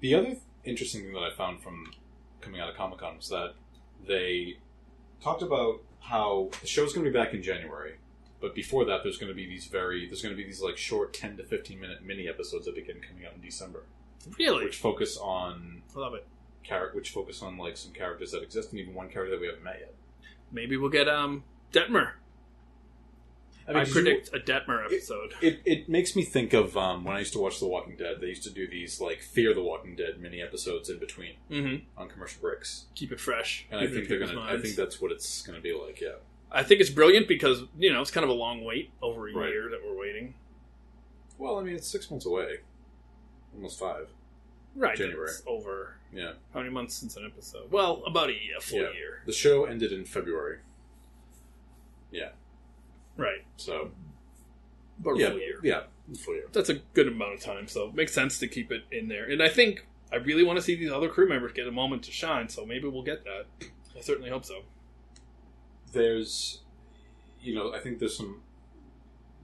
S2: The other interesting thing that I found from coming out of Comic Con was that they talked about how the show's going to be back in January, but before that, there's going to be these very there's going to be these like short ten to fifteen minute mini episodes that begin coming out in December,
S1: Really?
S2: which focus on
S1: I love it.
S2: char- which focus on like some characters that exist and even one character that we haven't met yet.
S1: Maybe we'll get um Detmer. I,
S2: mean, did you-
S1: predict a Detmer episode.
S2: It, it makes me think of um, when I used to watch The Walking Dead. They used to do these like Fear the Walking Dead mini episodes in between
S1: hmm
S2: on commercial breaks.
S1: Keep it fresh.
S2: And I
S1: Keep it in
S2: think they're
S1: people's
S2: gonna. I
S1: minds.
S2: think that's what it's gonna be like. Yeah.
S1: I think it's brilliant because you know it's kind of a long wait over a
S2: Right.
S1: year that we're waiting.
S2: Well, I mean, it's six months away, almost five.
S1: Right.
S2: January.
S1: It's over.
S2: Yeah.
S1: How many months since an episode? Well, about a, year, a full
S2: Yeah.
S1: year.
S2: The show ended in February,
S1: Right.
S2: so
S1: About
S2: yeah,
S1: a full year.
S2: yeah, full year.
S1: That's a good amount of time, so it makes sense to keep it in there. And I think I really want to see these other crew members get a moment to shine, so maybe we'll get that. I certainly hope so.
S2: There's, you know, I think there's some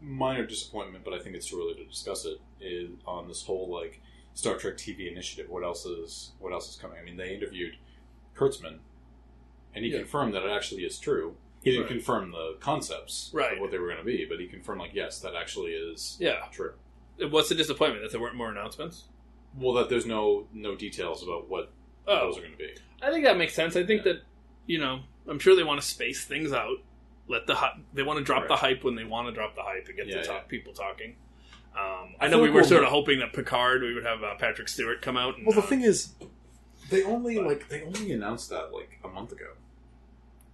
S2: minor disappointment, but I think it's too early to discuss it. Is on this whole like Star Trek TV initiative. What else is what else is coming? I mean, they interviewed Kurtzman, and he
S1: Yeah.
S2: confirmed that it actually is true. He didn't
S1: Right.
S2: confirm the concepts
S1: Right.
S2: of what they were going to be, but he confirmed like yes, that actually is
S1: Yeah.
S2: true.
S1: What's the disappointment that there weren't more announcements?
S2: Well, that there's no no details about what
S1: Oh,
S2: those are going to be.
S1: I think that makes sense. I think
S2: Yeah.
S1: that you know, I'm sure they want to space things out. Let the hy- they want to drop the
S2: Right.
S1: hype when they want to drop the hype and get
S2: Yeah,
S1: the top people talking. Um, I,
S2: I
S1: know
S2: feel
S1: we
S2: like
S1: were
S2: we'll-
S1: sort of hoping that Picard we would have uh, Patrick Stewart come out. And,
S2: Well, the
S1: uh,
S2: thing is, they only
S1: but-
S2: like they only announced that like a month ago.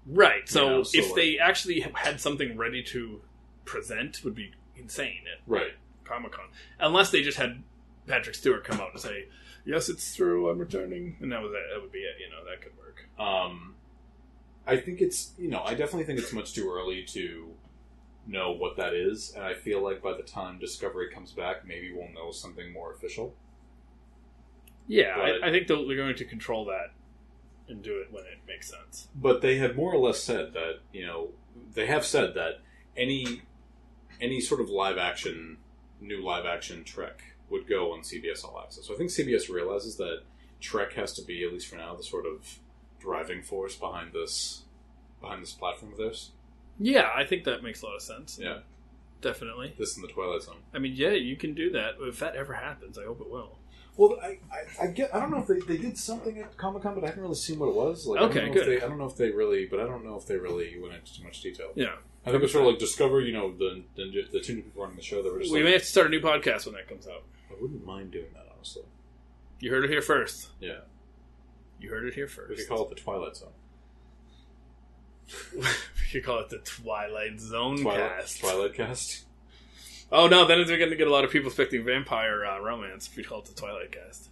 S1: right? So,
S2: Yeah, so,
S1: if
S2: like-
S1: they actually had something ready to present, would be insane at
S2: Right.
S1: Comic Con, unless they just had Patrick Stewart come out and say, "Yes, it's true, I'm returning," and that was it. That would be it. You know, that could work.
S2: Um, I think it's you know I definitely think it's much too early to know what that is, and I feel like by the time Discovery comes back, maybe we'll know something more official.
S1: Yeah,
S2: But-
S1: I, I think they'll- they're going to control that and do it when it makes sense.
S2: But they have more or less said that you know they have said that any any sort of live action new live action Trek would go on CBS All Access. So I think CBS realizes that Trek has to be, at least for now, the sort of driving force behind this behind this platform of theirs.
S1: Yeah, I think that makes a lot of sense.
S2: Yeah,
S1: Definitely.
S2: this and the Twilight Zone.
S1: I mean, yeah, you can do that. If that ever happens, I hope it will.
S2: Well, I, I, I get I don't know if they, they did something at Comic Con, but I haven't really seen what it was. Like, I
S1: Okay,
S2: don't know if
S1: good.
S2: They, I don't know if they really, but I don't know if they really went into too much detail.
S1: Yeah.
S2: I think it's sort of like discover, you know, the the, the two new people running the show that were just
S1: We may
S2: like,
S1: have to start a new podcast when that comes out.
S2: I wouldn't mind doing that honestly.
S1: You heard it here first.
S2: Yeah,
S1: You heard it here
S2: we
S1: first.
S2: could call it the Twilight Zone.
S1: (laughs) we could call it the Twilight Zone
S2: Twilight,
S1: cast.
S2: Twilight Cast.
S1: Oh no, then we're going to get a lot of people expecting vampire uh, romance if we call it the Twilight cast.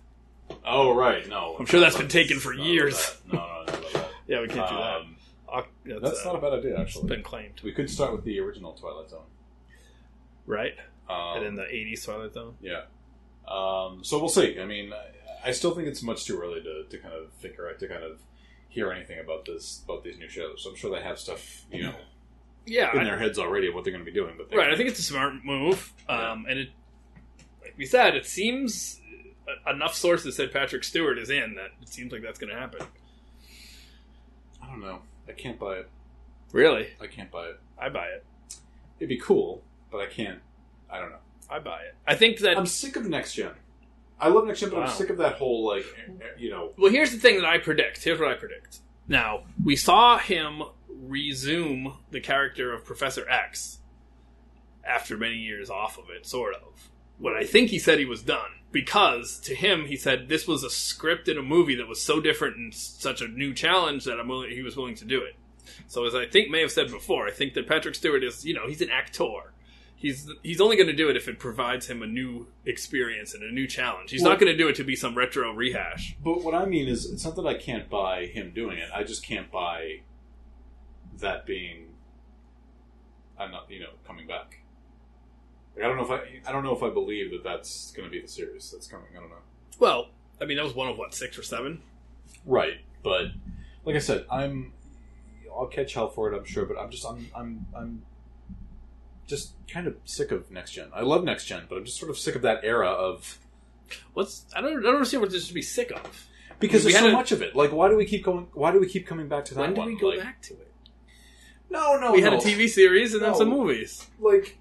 S2: Oh right, no,
S1: I'm sure that's been taken for
S2: Not about
S1: years.
S2: that. No, no, no, not about
S1: Yeah, we (laughs) can't
S2: that.
S1: do that.
S2: Um,
S1: Oc- That's,
S2: that's
S1: uh,
S2: not a bad idea
S1: it's
S2: actually.
S1: been claimed,
S2: We could start with the original Twilight Zone.
S1: right?
S2: Um,
S1: and then the 80s Twilight Zone.
S2: Yeah. Um, so we'll see. I mean, I- I still think it's much too early to, to kind of figure out to kind of hear anything about this about these new shows. I'm sure they have stuff you know
S1: Yeah,
S2: in
S1: I-
S2: their heads already of what they're going to be doing. But they
S1: right. I think it's a smart move, um, and it, like we said, it seems uh, enough sources said Patrick Stewart is in that it seems like that's going to happen.
S2: I don't know. I can't buy it.
S1: Really,
S2: I can't buy it.
S1: I buy it.
S2: It'd be cool, but I can't. I don't know.
S1: I buy it. I think that.
S2: I'm sick of next gen. I love next gen, but
S1: Wow.
S2: I'm sick of that whole like you know.
S1: well, here's the thing that I predict. Here's what I predict. Now we saw him resume the character of Professor X after many years off of it, sort of. What I think he said he was done because to him he said this was a script in a movie that was so different and such a new challenge that I'm willing, he was willing to do it. So as I think may have said before, I think that Patrick Stewart is you know he's an actor. He's he's only going to do it if it provides him a new experience and a new challenge. He's
S2: Well-
S1: not going to do it to be some retro rehash.
S2: But what I mean is, it's not that I can't buy him doing it. I just can't buy that being. I'm not, you know, coming back. Like, I don't know if I, I don't know if I believe that that's going to be the series that's coming. I don't know.
S1: Well, I mean, that was one of what six or seven.
S2: Right, but like I said, I'm. I'll catch hell for it, I'm sure. But I'm just, I'm, I'm, I'm just kind of sick of next gen. I love next gen, but I'm just sort of sick of that era of
S1: What's I don't I don't understand what this should be sick of.
S2: because
S1: We
S2: there's so
S1: had a-
S2: much of it. Like, why do we keep going? Why do we keep coming back to that?
S1: When did
S2: one?
S1: we go
S2: Like,
S1: back to it?
S2: No, no,
S1: We had a
S2: no.
S1: TV series and then
S2: No.
S1: some movies.
S2: like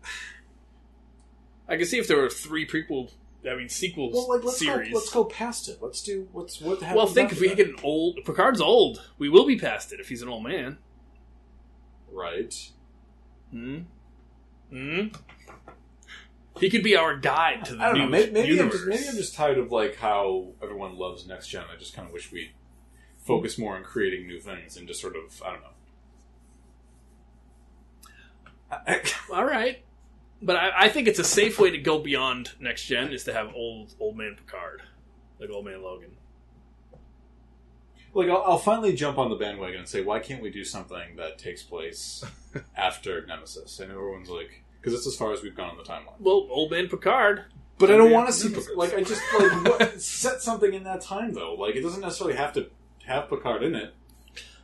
S1: I can see if there were three prequel, I mean sequels
S2: well like let's
S1: series.
S2: go let's go past it let's do what's what happens
S1: well, think if
S2: after
S1: we
S2: that.
S1: get an old Picard's old, we will be past it if he's an old man.
S2: right
S1: Hmm. Hmm. He could be our guide to the
S2: i don't know
S1: new
S2: maybe, maybe, I'm
S1: universe.
S2: just, maybe i'm just tired of like how everyone loves next gen i just kind of wish we focus more on creating new things and just sort of i don't know I- (laughs)
S1: all right. But I, I think it's a safe way to go beyond next gen is to have old old man Picard, like old man Logan.
S2: like I'll, I'll finally jump on the bandwagon and say why can't we do something that takes place (laughs) after nemesis and everyone's like because that's as far as we've gone on the timeline
S1: Well, old man Picard.
S2: But I
S1: Maybe
S2: don't
S1: I
S2: want to
S1: can
S2: see
S1: remember.
S2: Picard. like I just (laughs) like what, set something in that time though. Like it doesn't necessarily have to have Picard in it.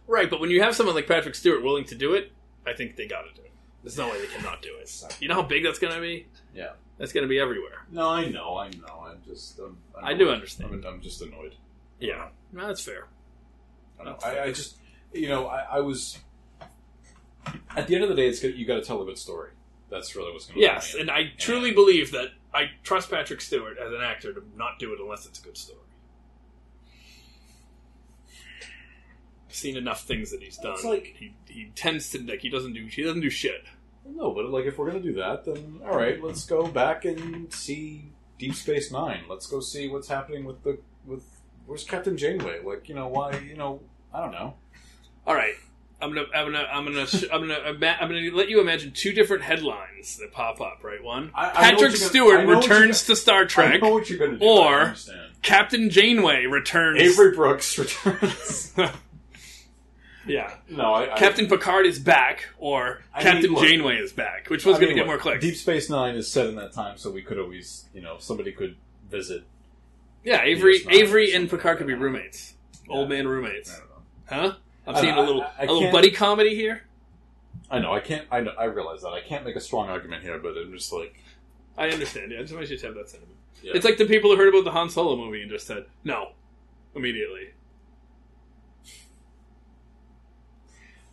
S1: Right, but when you have someone like Patrick Stewart willing to do it, I think they got to do it. There's no way they cannot do it. You know how big that's going to be?
S2: Yeah.
S1: That's going to be everywhere.
S2: No, I know, I know. I'm just I'm, I'm
S1: I do
S2: annoyed.
S1: understand.
S2: I'm, I'm just annoyed.
S1: Yeah. No, that's fair.
S2: I, don't know.
S1: That's
S2: I,
S1: fair.
S2: I just you know I, I was at the end of the day it's good, you got to tell a good story. That's really what's going to
S1: Yes, and I truly believe that I trust Patrick Stewart as an actor to not do it unless it's a good story. I've seen enough things that he's done.
S2: It's like-
S1: he, he tends to like he doesn't do he doesn't do shit.
S2: no, but like if we're going to do that, then all right, let's go back and see Deep Space Nine. Let's go see what's happening with the with where's Captain Janeway. Like you know why you know I don't know.
S1: All right, I'm gonna I'm gonna I'm gonna sh- I'm gonna ima- I'm gonna let you imagine two different headlines that pop up. Right, one
S2: I- I know what you're
S1: Patrick
S2: gonna- I
S1: Stewart
S2: know what you're
S1: returns to Star
S2: I
S1: Trek.
S2: know what you're going to do.
S1: Or-
S2: I understand.
S1: Captain Janeway returns.
S2: Avery Brooks returns.
S1: (laughs) yeah,
S2: no, I, I
S1: Captain Picard is back, or
S2: I mean,
S1: Captain
S2: look.
S1: Janeway is back. Which one's
S2: I
S1: gonna
S2: mean,
S1: get more
S2: look,
S1: clicks?
S2: Deep Space Nine is set in that time, so we could always, you know, somebody could visit.
S1: yeah, Avery
S2: Yes, not
S1: Avery
S2: something
S1: and Picard could be
S2: like that.
S1: roommates, old man
S2: I
S1: roommates,
S2: don't know.
S1: huh? I'm
S2: I
S1: seeing a
S2: don't-
S1: little
S2: I- I
S1: a little
S2: can't-
S1: buddy comedy here.
S2: I know. I can't. I know. I realize that. I can't make a strong argument here, but I'm just like,
S1: I understand. Yeah, somebody should have that sentiment.
S2: yeah.
S1: It's like the people who heard about the Han Solo movie and just said, "No, immediately.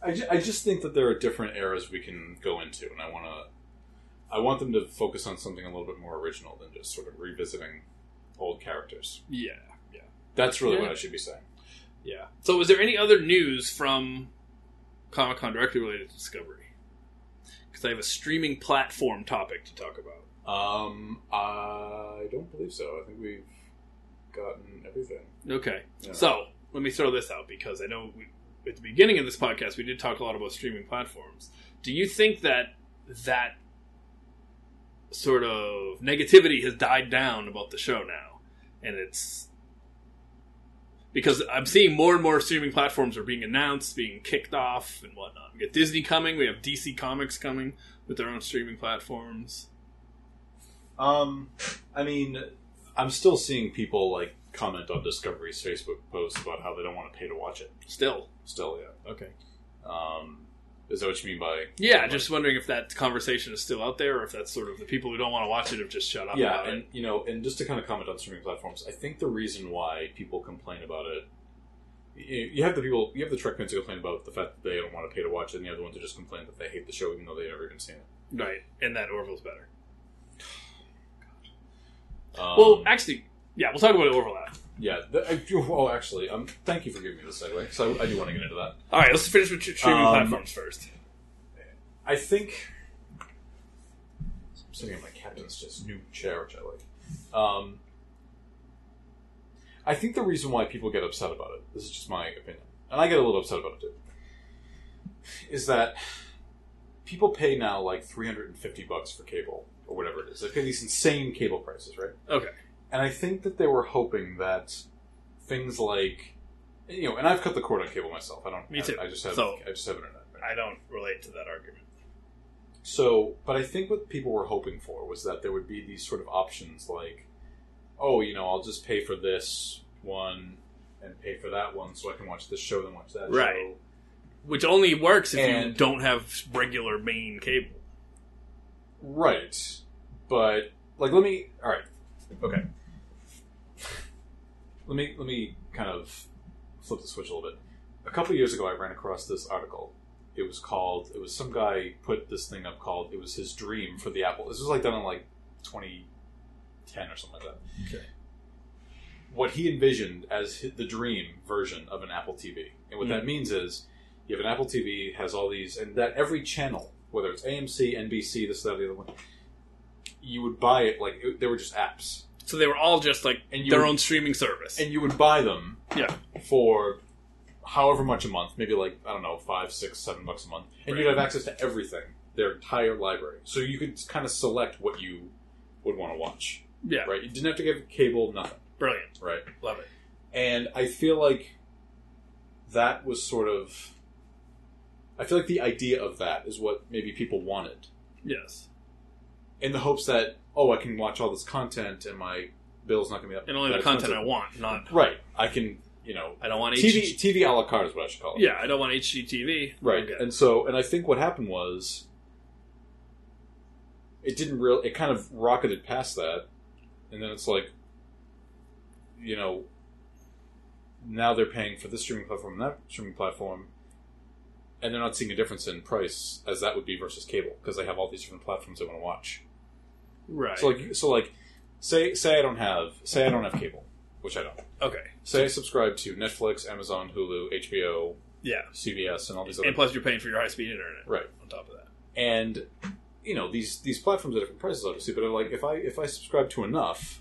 S2: I, ju- I just think that there are different eras we can go into, and I want to, I want them to focus on something a little bit more original than just sort of revisiting old characters.
S1: Yeah.
S2: That's really
S1: Yeah.
S2: what I should be saying.
S1: Yeah. So, was there any other news from Comic Con directly related to Discovery? Because I have a streaming platform topic to talk about.
S2: Um, I don't believe so. I think we've gotten everything.
S1: Okay.
S2: Yeah.
S1: So, let me throw this out because I know we, at the beginning of this podcast we did talk a lot about streaming platforms. Do you think that that sort of negativity has died down about the show now? And it's because I'm seeing more and more streaming platforms are being announced, being kicked off, and whatnot. We got Disney coming, we have DC Comics coming with their own streaming platforms.
S2: Um, I mean, I'm still seeing people like comment on Discovery's Facebook posts about how they don't want to pay to watch it.
S1: Still.
S2: Still, yeah.
S1: Okay.
S2: Um, is that what you mean by?
S1: Yeah, just wondering if that conversation is still out there, or if that's sort of the people who don't want to watch it have just shut up.
S2: yeah,
S1: about it.
S2: and you know, and just to kind of comment on streaming platforms, I think the reason why people complain about it, you, you have the people, you have the Trekmen who complain about the fact that they don't want to pay to watch it, and the other ones who just complain that they hate the show even though they've never even seen it.
S1: Right, and that Orville's better.
S2: Um,
S1: well, actually, yeah, we'll talk about overlap.
S2: yeah. The, I, (laughs) do- oh, actually, um, thank you for giving me the segue because I, I do want to get into that.
S1: All right, let's finish with tr- streaming
S2: Um,
S1: platforms first.
S2: I think I'm sitting in my captain's just new chair, which I like. Um, I think the reason why people get upset about it, this is just my opinion, and I get a little upset about it too, is that people pay now like 350 bucks for cable or whatever it is. They pay these insane cable prices, right?
S1: Okay,
S2: And I think that they were hoping that things like, you know, and I've cut the cord on cable myself. I don't.
S1: Me too.
S2: I, I just have.
S1: So-
S2: I just have internet. right?
S1: I don't relate to that argument.
S2: So, but I think what people were hoping for was that there would be these sort of options like, oh, you know, I'll just pay for this one and pay for that one so I can watch this show then watch that
S1: Right.
S2: show.
S1: Which only works if you
S2: And-
S1: don't have regular main cable.
S2: Right. But like let me all right. Okay. Let me let me kind of flip the switch a little bit. A couple years ago I ran across this article. It was called it was some guy put this thing up called it was his dream for the Apple. This was like done in like 2010 or something like that.
S1: Okay.
S2: What he envisioned as hi- the dream version of an Apple TV. And what
S1: Mm.
S2: that means is you have an Apple TV has all these, and that every channel, whether it's AMC, NBC, this, that, the other one, you would buy it like it, they were just apps,
S1: So they were all just like
S2: and you
S1: their
S2: would,
S1: own streaming service.
S2: and you would buy them,
S1: Yeah.
S2: for however much a month, maybe like I don't know, five, six, seven bucks a month, and you'd
S1: Right.
S2: have access to everything, their entire library, so you could kind of select what you would want to watch,
S1: yeah,
S2: right? You didn't have to give cable nothing,
S1: brilliant.
S2: right?
S1: Love it.
S2: And I feel like that was sort of. I feel like the idea of that is what maybe people wanted.
S1: Yes,
S2: In the hopes that, oh, I can watch all this content and my bill's not going to be up.
S1: and only
S2: that
S1: the content I
S2: expensive.
S1: want. Not
S2: Right. I can, you know.
S1: I don't want
S2: TV,
S1: HG-
S2: TV a la carte is what I should call it.
S1: Yeah, I don't want HGTV.
S2: Right.
S1: Okay.
S2: And so, and I think what happened was. It didn't real. It kind of rocketed past that. And then it's like. You know. Now they're paying for this streaming platform and that streaming platform. And they're not seeing a difference in price as that would be versus cable because they have all these different platforms they want to watch.
S1: right.
S2: So like, so like, say say I don't have say I don't have cable, which I don't.
S1: okay.
S2: Say I subscribe to Netflix, Amazon, Hulu, HBO,
S1: Yeah.
S2: CBS, and all these other
S1: And plus, you're paying for your high speed internet.
S2: right.
S1: On top of that.
S2: And you know these these platforms at different prices, obviously. But I'm like, if I if I subscribe to enough,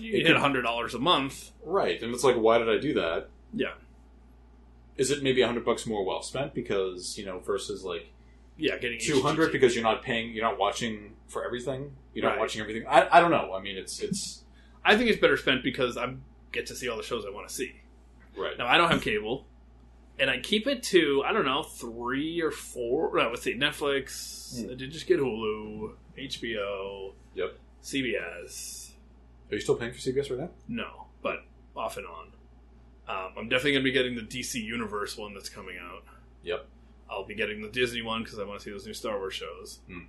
S1: You
S2: It
S1: hit
S2: could-
S1: hundred dollars a month.
S2: right? And it's like, why did I do that?
S1: Yeah.
S2: Is it maybe hundred bucks more well spent because you know versus like
S1: Yeah, getting
S2: two hundred
S1: HGTV.
S2: because you're not paying, you're not watching for everything, you're not
S1: Right.
S2: watching everything. I, I don't know. I mean, it's it's
S1: I think it's better spent because I get to see all the shows I want to see.
S2: right.
S1: Now I don't have cable, and I keep it to I don't know three or four. No, let's see, Netflix.
S2: Hmm.
S1: I did just get Hulu, HBO,
S2: Yep.
S1: CBS.
S2: Are you still paying for CBS right now?
S1: No, but off and on. Um, I'm definitely gonna be getting the DC Universe one that's coming out.
S2: Yep.
S1: I'll be getting the Disney one because I want to see those new Star Wars shows.
S2: Hmm.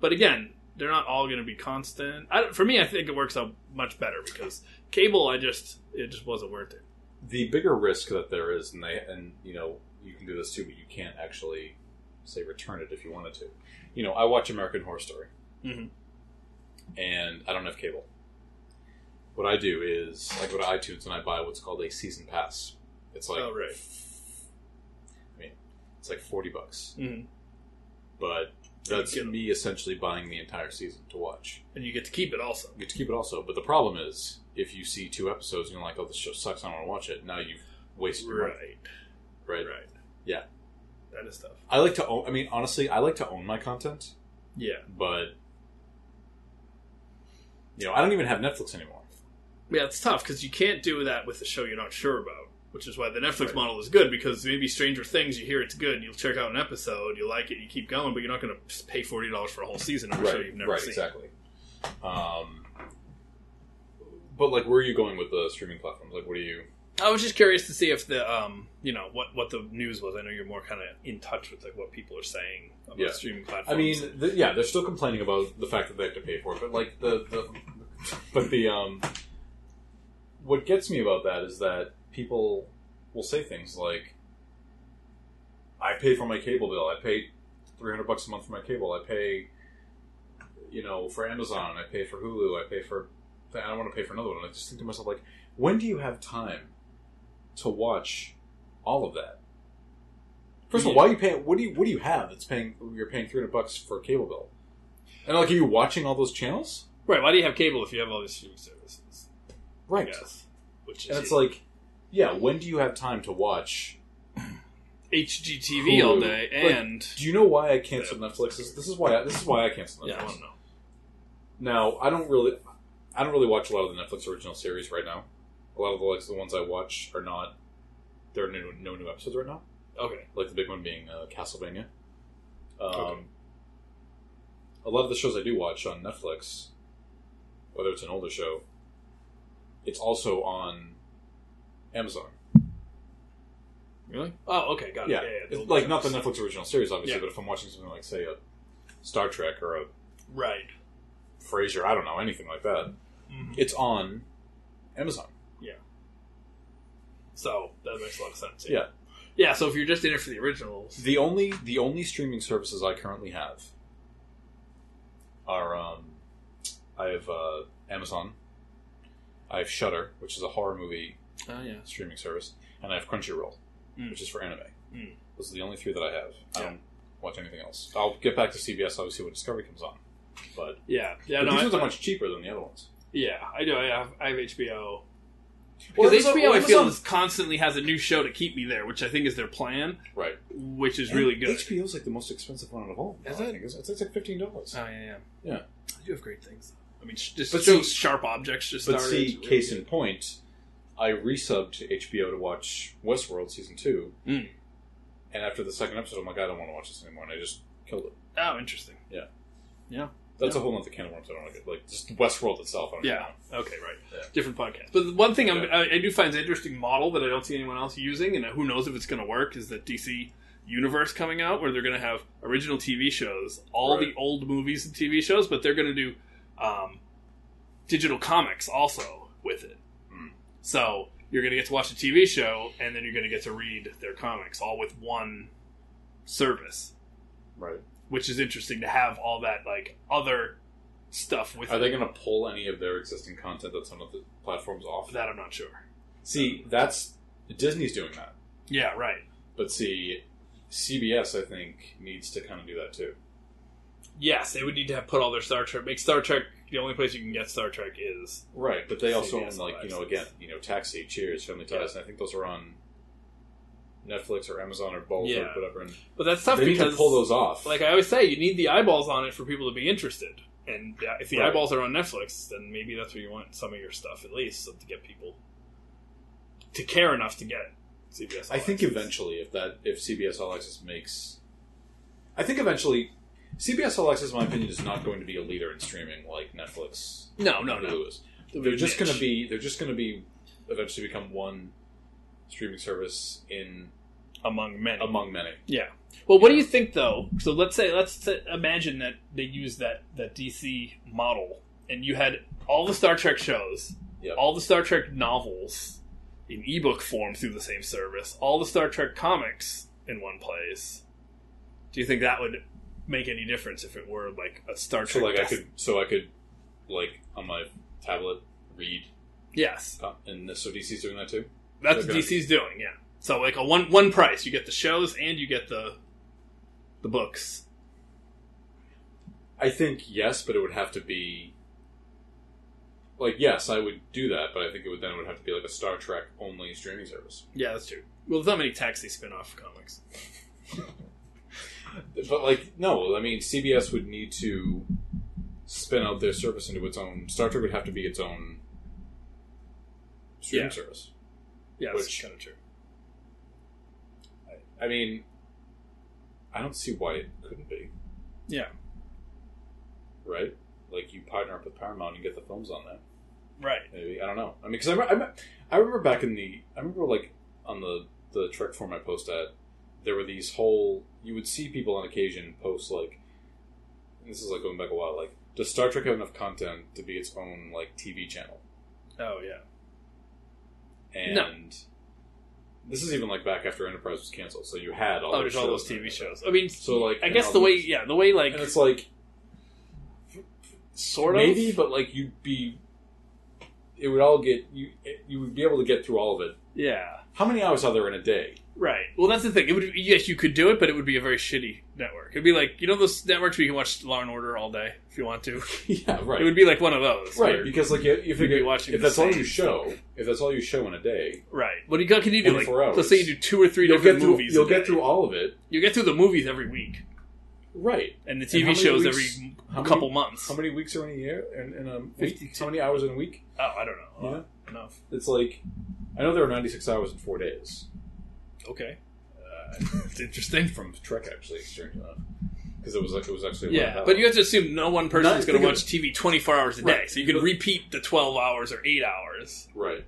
S1: But again, they're not all going to be constant. I, don't- for me, I think it works out much better because cable, I just it just wasn't worth it.
S2: the bigger risk that there is, and they and you know you can do this too, but you can't actually say return it if you wanted to. You know, I watch American Horror Story,
S1: Mhm.
S2: and I don't have cable. What I do is I go to iTunes and I buy what's called a season pass. It's like
S1: Oh, right.
S2: I mean, it's like forty bucks,
S1: Mhm.
S2: but that's
S1: You get 'em.
S2: me essentially buying the entire season to watch.
S1: And you get to keep it also.
S2: You get to keep it also, but the problem is if you see two episodes and you're like, "Oh, this show sucks. I don't want to watch it." Now you've wasted your
S1: Right,
S2: money, right?
S1: right,
S2: Yeah.
S1: that is tough.
S2: I like to own. I mean, honestly, I like to own my content,
S1: Yeah,
S2: but you know, I don't even have Netflix anymore.
S1: yeah, it's tough because you can't do that with a show you're not sure about. Which is why the Netflix
S2: Right.
S1: model is good because maybe Stranger Things, you hear it's good, you'll check out an episode, you like it, you keep going, but you're not going to pay forty dollars for a whole season of a show you've never seen.
S2: exactly. Um, but like, where are you going with the streaming platforms? Like, what are you?
S1: I was just curious to see if the um, you know, what what the news was. I know you're more kind of in touch with like what people are saying about
S2: Yeah.
S1: streaming platforms.
S2: I mean, th yeah, they're still complaining about the fact that they have to pay for it, but like the, the but the um, what gets me about that is that people will say things like, "I pay for my cable bill. I pay three hundred bucks a month for my cable. I pay, you know, for Amazon. I pay for Hulu. I pay for. I don't want to pay for another one." I just think to myself, like, when do you have time to watch all of that? First of all, why are you paying? What do you what do you have that's paying? You're paying three hundred bucks for a cable bill, and like, are you watching all those channels?
S1: right? Why do you have cable if you have all these streaming services? I
S2: Right.
S1: guess. Which is
S2: And it's like, yeah, when do you have time to watch?
S1: HGTV all
S2: Hulu.
S1: day,
S2: Like,
S1: and
S2: Do you know why I canceled Netflix? This, this is why. I, this is why I canceled Netflix.
S1: yeah, I don't know.
S2: Now I don't really, I don't really watch a lot of the Netflix original series right now. A lot of the like the ones I watch are not. There are no, no new episodes right now.
S1: Okay,
S2: Like the big one being uh, Castlevania. Um,
S1: Okay.
S2: A lot of the shows I do watch on Netflix, whether it's an older show, it's also on Amazon.
S1: really? Oh, okay, got
S2: yeah,
S1: it.
S2: It's
S1: the old
S2: like not the
S1: shows.
S2: Netflix original series, obviously,
S1: Yeah.
S2: but if I'm watching something like, say, a Star Trek or a
S1: right.
S2: Frasier, I don't know anything like that,
S1: Mhm.
S2: it's on Amazon.
S1: So that makes a lot of sense.
S2: Yeah.
S1: yeah. So if you're just in it for the originals,
S2: The only the only streaming services I currently have are um, I have uh, Amazon, I have Shudder, which is a horror movie
S1: oh yeah,
S2: streaming service, and I have Crunchyroll,
S1: Mm.
S2: which is for anime.
S1: Mm.
S2: Those are the only three that I have. I
S1: Yeah.
S2: don't watch anything else. I'll get back to CBS obviously when Discovery comes on, but,
S1: yeah, yeah.
S2: but
S1: No,
S2: these ones
S1: I,
S2: are much cheaper than the other ones.
S1: yeah, I do. I have, I have HBO.
S2: Well,
S1: Because
S2: Amazon-
S1: HBO, I
S2: well,
S1: feel,
S2: Amazon-
S1: is constantly has a new show to keep me there, which I think is their plan,
S2: right.
S1: which is really good.
S2: HBO's like the most expensive one of all.
S1: Is
S2: I
S1: it?
S2: think. It's, it's like fifteen dollars.
S1: Oh yeah, yeah,
S2: Yeah.
S1: I do have great things. I mean, sh- just
S2: But
S1: so
S2: see-
S1: sharp objects just
S2: but
S1: started.
S2: see, case in point, I resubbed to HBO to watch Westworld season two,
S1: Mm.
S2: and after the second episode, I'm like, I don't want to watch this anymore, and I just killed it.
S1: oh, interesting.
S2: That's
S1: Yeah.
S2: a whole other can of worms. I don't like it. Like just Westworld itself. I don't
S1: Yeah.
S2: know.
S1: Okay, right.
S2: Yeah.
S1: Different podcast. But the one thing I'm, I, I do find is an interesting model that I don't see anyone else using, and who knows if it's going to work, is that DC Universe coming out, where they're going to have original TV shows, all
S2: Right.
S1: the old movies and TV shows, but they're going to do um, digital comics also with it.
S2: Hmm.
S1: So you're going to get to watch a TV show, and then you're going to get to read their comics, all with one service,
S2: Right.
S1: which is interesting to have all that like other stuff with
S2: Are
S1: it.
S2: they going to pull any of their existing content that's on other platforms off?
S1: that I'm not sure.
S2: see, that's Disney's doing that,
S1: Yeah, right.
S2: but see, CBS I think needs to kind of do that too.
S1: Yes, they would need to have put all their Star Trek. Make Star Trek the only place you can get Star Trek is
S2: Right, but they also
S1: CBS
S2: own like you know
S1: devices.
S2: again you know Taxi, Cheers, Family Ties,
S1: Yeah.
S2: and I think those are on Netflix or Amazon or both
S1: Yeah.
S2: or whatever. And
S1: But that's tough
S2: they need
S1: because
S2: to pull those off.
S1: Like I always say, you need the eyeballs on it for people to be interested. And uh, if the
S2: Right.
S1: eyeballs are on Netflix, then maybe that's where you want some of your stuff at least, so to get people to care enough to get CBS.
S2: I think
S1: All Access.
S2: eventually, if that if CBS All Access makes, I think eventually CBS All Access, in my opinion, is not going to be a leader in streaming like Netflix.
S1: No, no,
S2: and
S1: no.
S2: Hulu is. They're just going to be. They're just going to be eventually become one streaming service in
S1: among many.
S2: among many.
S1: Yeah. Well, what do you think though? So let's say let's say- imagine that they use that that DC model, and you had all the Star Trek shows,
S2: Yep.
S1: all the Star Trek novels in ebook form through the same service, all the Star Trek comics in one place. Do you think that would make any difference if it were like a Star
S2: So
S1: Trek?
S2: like I
S1: desk-
S2: could, so I could, like on my tablet read,
S1: Yes,
S2: uh, and this- so DC's doing that too.
S1: that's
S2: Okay.
S1: what DC's doing. Yeah. So like a one one price, you get the shows and you get the the books.
S2: I think yes, but it would have to be like yes, I would do that, but I think it would then it would have to be like a Star Trek only streaming service.
S1: Yeah, that's true. Well, there's not many taxi spin-off comics.
S2: But like no, I mean CBS would need to spin out their service into its own. Star Trek would have to be its own streaming
S1: Yeah.
S2: service.
S1: Yeah,
S2: Which-
S1: that's kind of true.
S2: I mean, I don't see why it couldn't be.
S1: Yeah.
S2: Right. Like you partner up with Paramount and get the films on there.
S1: Right.
S2: Maybe I don't know. I mean, because I, rem- I, rem- I remember back in the I remember like on the the Trek forum I post at, there were these whole you would see people on occasion post like, and this is like going back a while. Like, does Star Trek have enough content to be its own like TV channel?
S1: Oh yeah.
S2: And this is even like back after Enterprise was canceled, so you had all
S1: Oh,
S2: those
S1: there's all those
S2: shows and
S1: TV
S2: everything.
S1: shows. I mean,
S2: So like,
S1: I
S2: and
S1: guess
S2: all
S1: the way,
S2: these-
S1: yeah, the way like
S2: and it's like
S1: sort of
S2: maybe, but like you'd be, it would all get you. You would be able to get through all of it.
S1: yeah,
S2: How many hours are there in a day?
S1: right. Well, that's the thing. It would yes, you could do it, but it would be a very shitty network. It'd be like you know those networks where you can watch Law and Order all day if you want to.
S2: yeah, right.
S1: It would be like one of those,
S2: right
S1: where-
S2: because like if, if,
S1: you'd be
S2: you-
S1: watching
S2: if
S1: the
S2: that's all
S1: same
S2: you show, if that's all you show in a
S1: (laughs)
S2: day,
S1: right. What do you can you do? Like,
S2: 24 hours.
S1: let's say you do two or 3
S2: you'll
S1: different
S2: get through
S1: movies. a
S2: you'll get
S1: day.
S2: through all of it.
S1: You get through the movies every week,
S2: Right.
S1: and the
S2: how
S1: TV
S2: many
S1: shows
S2: weeks-
S1: every
S2: How many,
S1: couple months.
S2: How many weeks are in a year? In, in a week?
S1: 52.
S2: How many hours in a week?
S1: oh, I don't know.
S2: Yeah.
S1: Enough.
S2: It's like I know there are ninety six hours in four days.
S1: Okay,
S2: Uh,
S1: (laughs) it's interesting.
S2: from Trek actually, strange enough, because it was like it was actually a lot
S1: Yeah, but
S2: of that.
S1: you have to assume no one person
S2: Not-
S1: is going to
S2: think of
S1: watch TV 24 hours a day,
S2: Right.
S1: so you can
S2: But-
S1: repeat the 12 hours or 8 hours.
S2: right.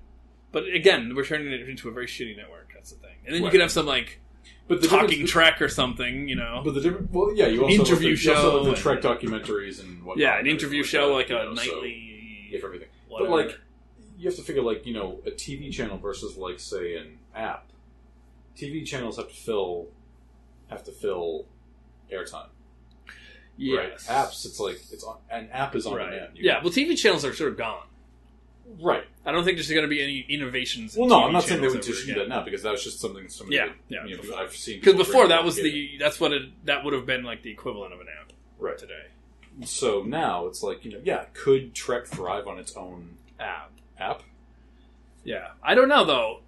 S1: But again, we're turning it into a very shitty network, that's the thing. And then you
S2: Right.
S1: could have some, like,
S2: But
S1: talking
S2: difference-
S1: track or something, you know?
S2: But the different, well, yeah, you also
S1: Interview
S2: have the, you also have
S1: show
S2: the Trek documentaries and whatnot.
S1: yeah, an
S2: and
S1: interview
S2: everything
S1: show,
S2: that,
S1: like
S2: you
S1: a
S2: know, so-
S1: nightly...
S2: yeah, for everything.
S1: whatever.
S2: But like, you have to figure like you know a TV channel versus like say an app. TV channels have to fill, have to fill airtime. Right?
S1: yes.
S2: Apps, it's like it's on an app is on
S1: Right.
S2: demand. You
S1: Yeah, well, TV channels are sort of gone.
S2: can- right.
S1: I don't think there's going to be any innovations in
S2: Well, no,
S1: TV
S2: I'm not saying they
S1: channels
S2: would
S1: ever
S2: just do
S1: again.
S2: that now because that was just something somebody.
S1: Yeah,
S2: would-
S1: yeah,
S2: you know,
S1: before.
S2: I've seen
S1: Because
S2: people
S1: before,
S2: bring
S1: that was
S2: up, yeah.
S1: the... That's what it... That would have been, like, the equivalent of an app
S2: right.
S1: today.
S2: So now it's like you know, yeah, could Trek thrive on its own
S1: App.
S2: app?
S1: Yeah, I don't know though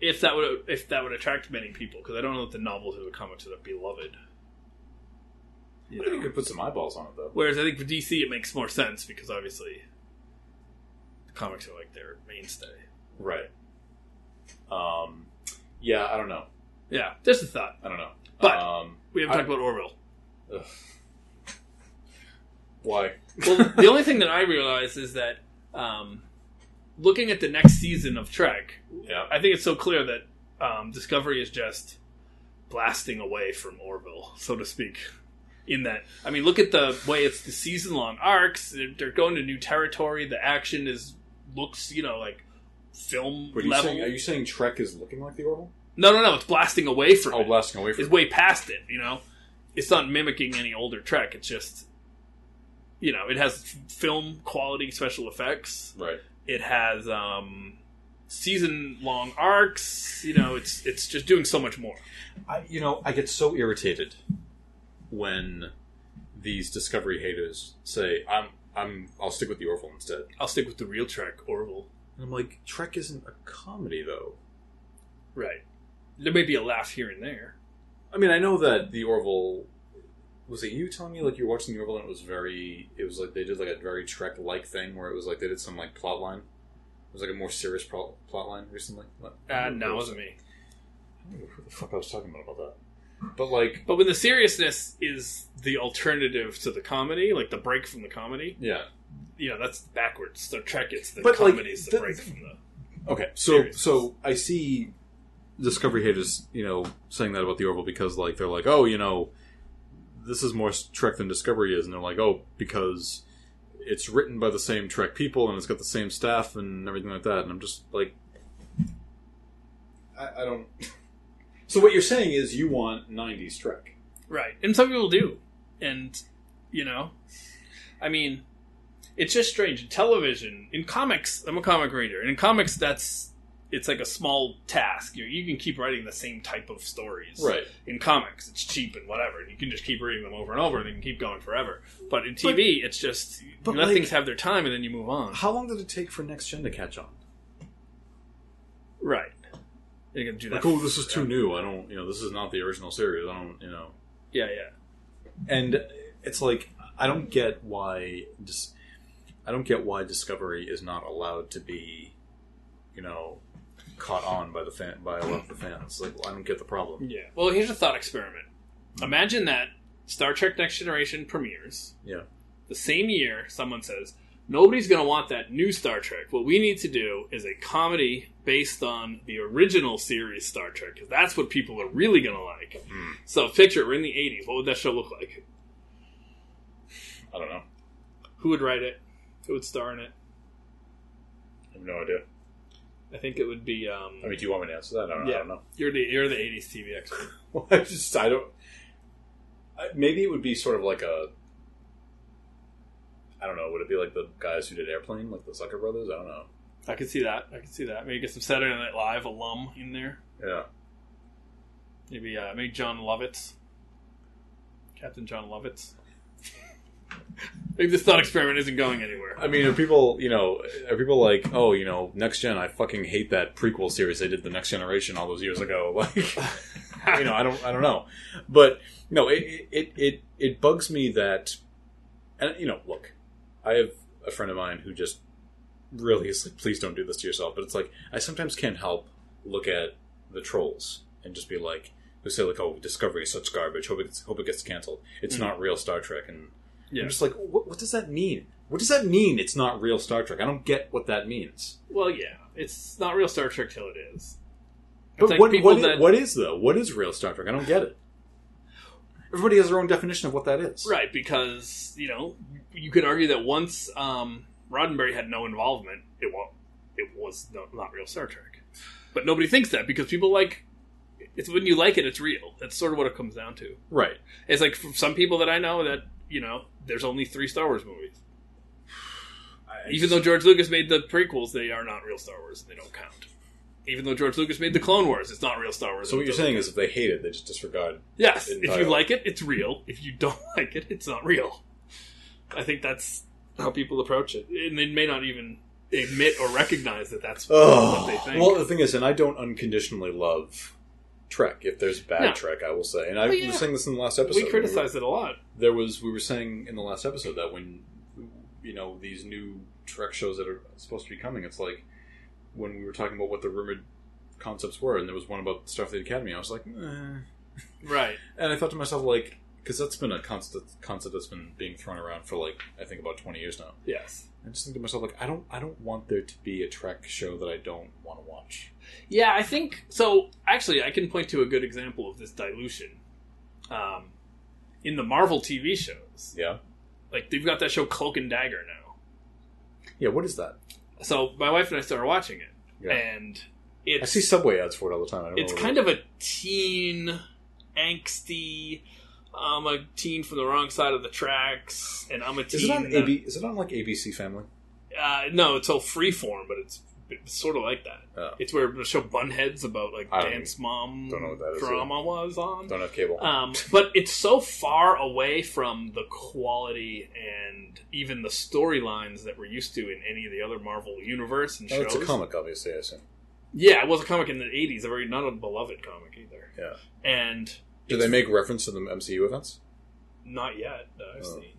S1: if that would if that would attract many people because I don't know if the novels or the comics would be beloved. You
S2: I think you
S1: know?
S2: could put some eyeballs on it though.
S1: Whereas I think for DC it makes more sense because obviously the comics are like their mainstay.
S2: Right. Um, yeah, I don't know.
S1: Yeah, just a thought.
S2: I don't know.
S1: But-
S2: um,
S1: We haven't
S2: I-
S1: talked about Orville.
S2: ugh. why?
S1: Well, the only thing that I realize is that um, looking at the next season of Trek,
S2: Yeah.
S1: I think it's so clear that um, Discovery is just blasting away from Orville, so to speak. In that, I mean, look at the way it's the season long arcs. They're, they're going to new territory. The action is looks, you know, like film
S2: What are you
S1: level.
S2: saying? Are you saying Trek is looking like the Orville?
S1: no, no, no. It's blasting away from.
S2: Oh,
S1: it.
S2: blasting away from.
S1: it's way past it. You know, it's not mimicking any older Trek. It's just, you know, it has f- film quality special effects
S2: Right.
S1: it has um season long arcs you know it's it's just doing so much more
S2: I, you know, I get so irritated when these Discovery haters say, "I'm, I'm, I'll stick with the Orville instead."
S1: i'll stick with the real trek orville
S2: And I'm like, Trek isn't a comedy though.
S1: right there may be a laugh here and there
S2: I mean, I know that the Orville was it you telling me like you were watching the Orville and it was very it was like they did like a very Trek like thing where it was like they did some like plot line. It was like a more serious pro- plot line recently.
S1: uh, no it wasn't me
S2: I don't know who the fuck I was talking about about that. But like,
S1: but when the seriousness is the alternative to the comedy like the break from the comedy
S2: yeah,
S1: you know that's backwards the trek it's the
S2: But, like,
S1: comedy is the
S2: the-
S1: break from the
S2: okay. So
S1: Serious.
S2: so I see Discovery haters, you know, saying that about the Orville because like they're like, oh, you know, this is more Trek than Discovery is, and they're like, oh, because it's written by the same Trek people and it's got the same staff and everything like that. And I'm just like, I, I don't. (laughs) So what you're saying is you want '90s Trek?
S1: Right. And some people do. And, you know, I mean, it's just strange. In television, in comics, I'm a comic reader. And in comics, that's, it's like a small task. You, you can keep writing the same type of stories.
S2: Right.
S1: In comics, it's cheap and whatever. And you can just keep reading them over and over and you can keep going forever. But in TV, it's just,
S2: but
S1: you let
S2: like-
S1: things have their time and then you move on.
S2: How long did it take for Next Gen to catch on?
S1: Right. You're going to do that.
S2: Like, oh, this is too new. I don't, you know, this is not the original series. I don't, you know.
S1: Yeah, yeah.
S2: and it's like I don't get why dis- I don't get why Discovery is not allowed to be, you know, caught on by the fan by a lot of the fans. Like I don't get the problem.
S1: Yeah. Well, here's a thought experiment. Imagine that Star Trek Next Generation premieres.
S2: Yeah.
S1: the same year, someone says, Nobody's going to want that new Star Trek. What we need to do is a comedy based on the original series Star Trek, because that's what people are really going to like.
S2: Hmm.
S1: So, picture, we're in the 80s. What would that show look like?
S2: I don't know.
S1: Who would write it? Who would star in it?
S2: I have no idea.
S1: I think it would be. Um,
S2: I mean, do you want me to answer that? I don't, I
S1: Yeah.
S2: don't know.
S1: you're, the, you're the 80s TV expert.
S2: (laughs) Well, I just I don't. I, maybe it would be sort of like a. I don't know. Would it be like the guys who did Airplane, like the Sucker Brothers? I don't know.
S1: I could see that. I could see that. Maybe get some Saturday Night Live alum in there.
S2: Yeah.
S1: Maybe uh, maybe John Lovitz, Captain John Lovitz. maybe this thought experiment isn't going anywhere.
S2: I mean, are people, you know, are people like, oh, you know, next gen? I fucking hate that prequel series they did, the Next Generation, all those years ago. (laughs) Like, (laughs) you know, I don't, I don't know, but no, it, it- it, it, it bugs me that, and you know, look, I have a friend of mine who just really is like, please don't do this to yourself. But it's like I sometimes can't help look at the trolls and just be like, who say like, oh, Discovery is such garbage. Hope it gets, hope it gets canceled. It's
S1: Mhm.
S2: not real Star Trek, and
S1: Yeah.
S2: I'm just like, what, what does that mean? What does that mean? It's not real Star Trek. I don't get what that means.
S1: Well, yeah, it's not real Star Trek till it is. It's
S2: But
S1: like
S2: what,
S1: people
S2: what, i-
S1: that-
S2: what is though? What is real Star Trek? I don't get it. Everybody has their own definition of what that is.
S1: right? Because you know, you could argue that once um, Roddenberry had no involvement, it was it was no, not real Star Trek. But nobody thinks that because people like it's when you like it, it's real. That's sort of what it comes down to.
S2: Right.
S1: It's like for some people that I know that you know, there's only three Star Wars movies. Even though George Lucas made the prequels, they are not real Star Wars. and They don't count. Even though George Lucas made the Clone Wars, it's not real Star Wars.
S2: so what
S1: It
S2: you're
S1: doesn't
S2: saying is if they hate it, they just disregard.
S1: Yes, if
S2: entirely.
S1: you like it, it's real. If you don't (laughs) like it, it's not real. I think that's how people approach it, and they may not even admit or recognize that that's what they think.
S2: Well, the thing is, and I don't unconditionally love Trek. If there's bad
S1: No.
S2: Trek, I will say, and I
S1: Well, yeah.
S2: was saying this in the last episode.
S1: we criticize it a lot.
S2: there was we were saying in the last episode that when you know these new Trek shows that are supposed to be coming, it's like when we were talking about what the rumored concepts were, and there was one about Starfleet Academy. I was like, eh. and
S1: Right.
S2: I thought to myself like, because that's been a constant concept that's been being thrown around for like I think about twenty years now.
S1: Yes.
S2: I just think to myself like, I don't, I don't want there to be a Trek show that I don't want to watch.
S1: Yeah, I think so. Actually, I can point to a good example of this dilution um, in the Marvel TV shows.
S2: Yeah,
S1: Like they've got that show Cloak and Dagger now.
S2: yeah. What is that?
S1: So my wife and I started watching it,
S2: Yeah.
S1: and
S2: I
S1: it's
S2: see Subway ads for it all the time. I don't
S1: it's
S2: know
S1: kind of a teen angsty i'm a teen from the wrong side of the tracks and i'm a teen uh,
S2: Is it on
S1: that-
S2: AB? Is it on like ABC Family?
S1: uh, no it's all freeform but it's, it's sort of like that
S2: Oh.
S1: it's where the show bunheads about like
S2: I don't
S1: dance mom
S2: don't know what that is,
S1: drama was on
S2: Don't have cable.
S1: um, but it's so far away from the quality and even the storylines that we're used to in any of the other marvel universe and
S2: Oh,
S1: shows
S2: it's a comic, obviously. I assume.
S1: yeah it was a comic in the 80s a very not a beloved comic either
S2: Yeah.
S1: and
S2: Do they make reference to the MCU events?
S1: Not yet, that I've
S2: Oh.
S1: seen.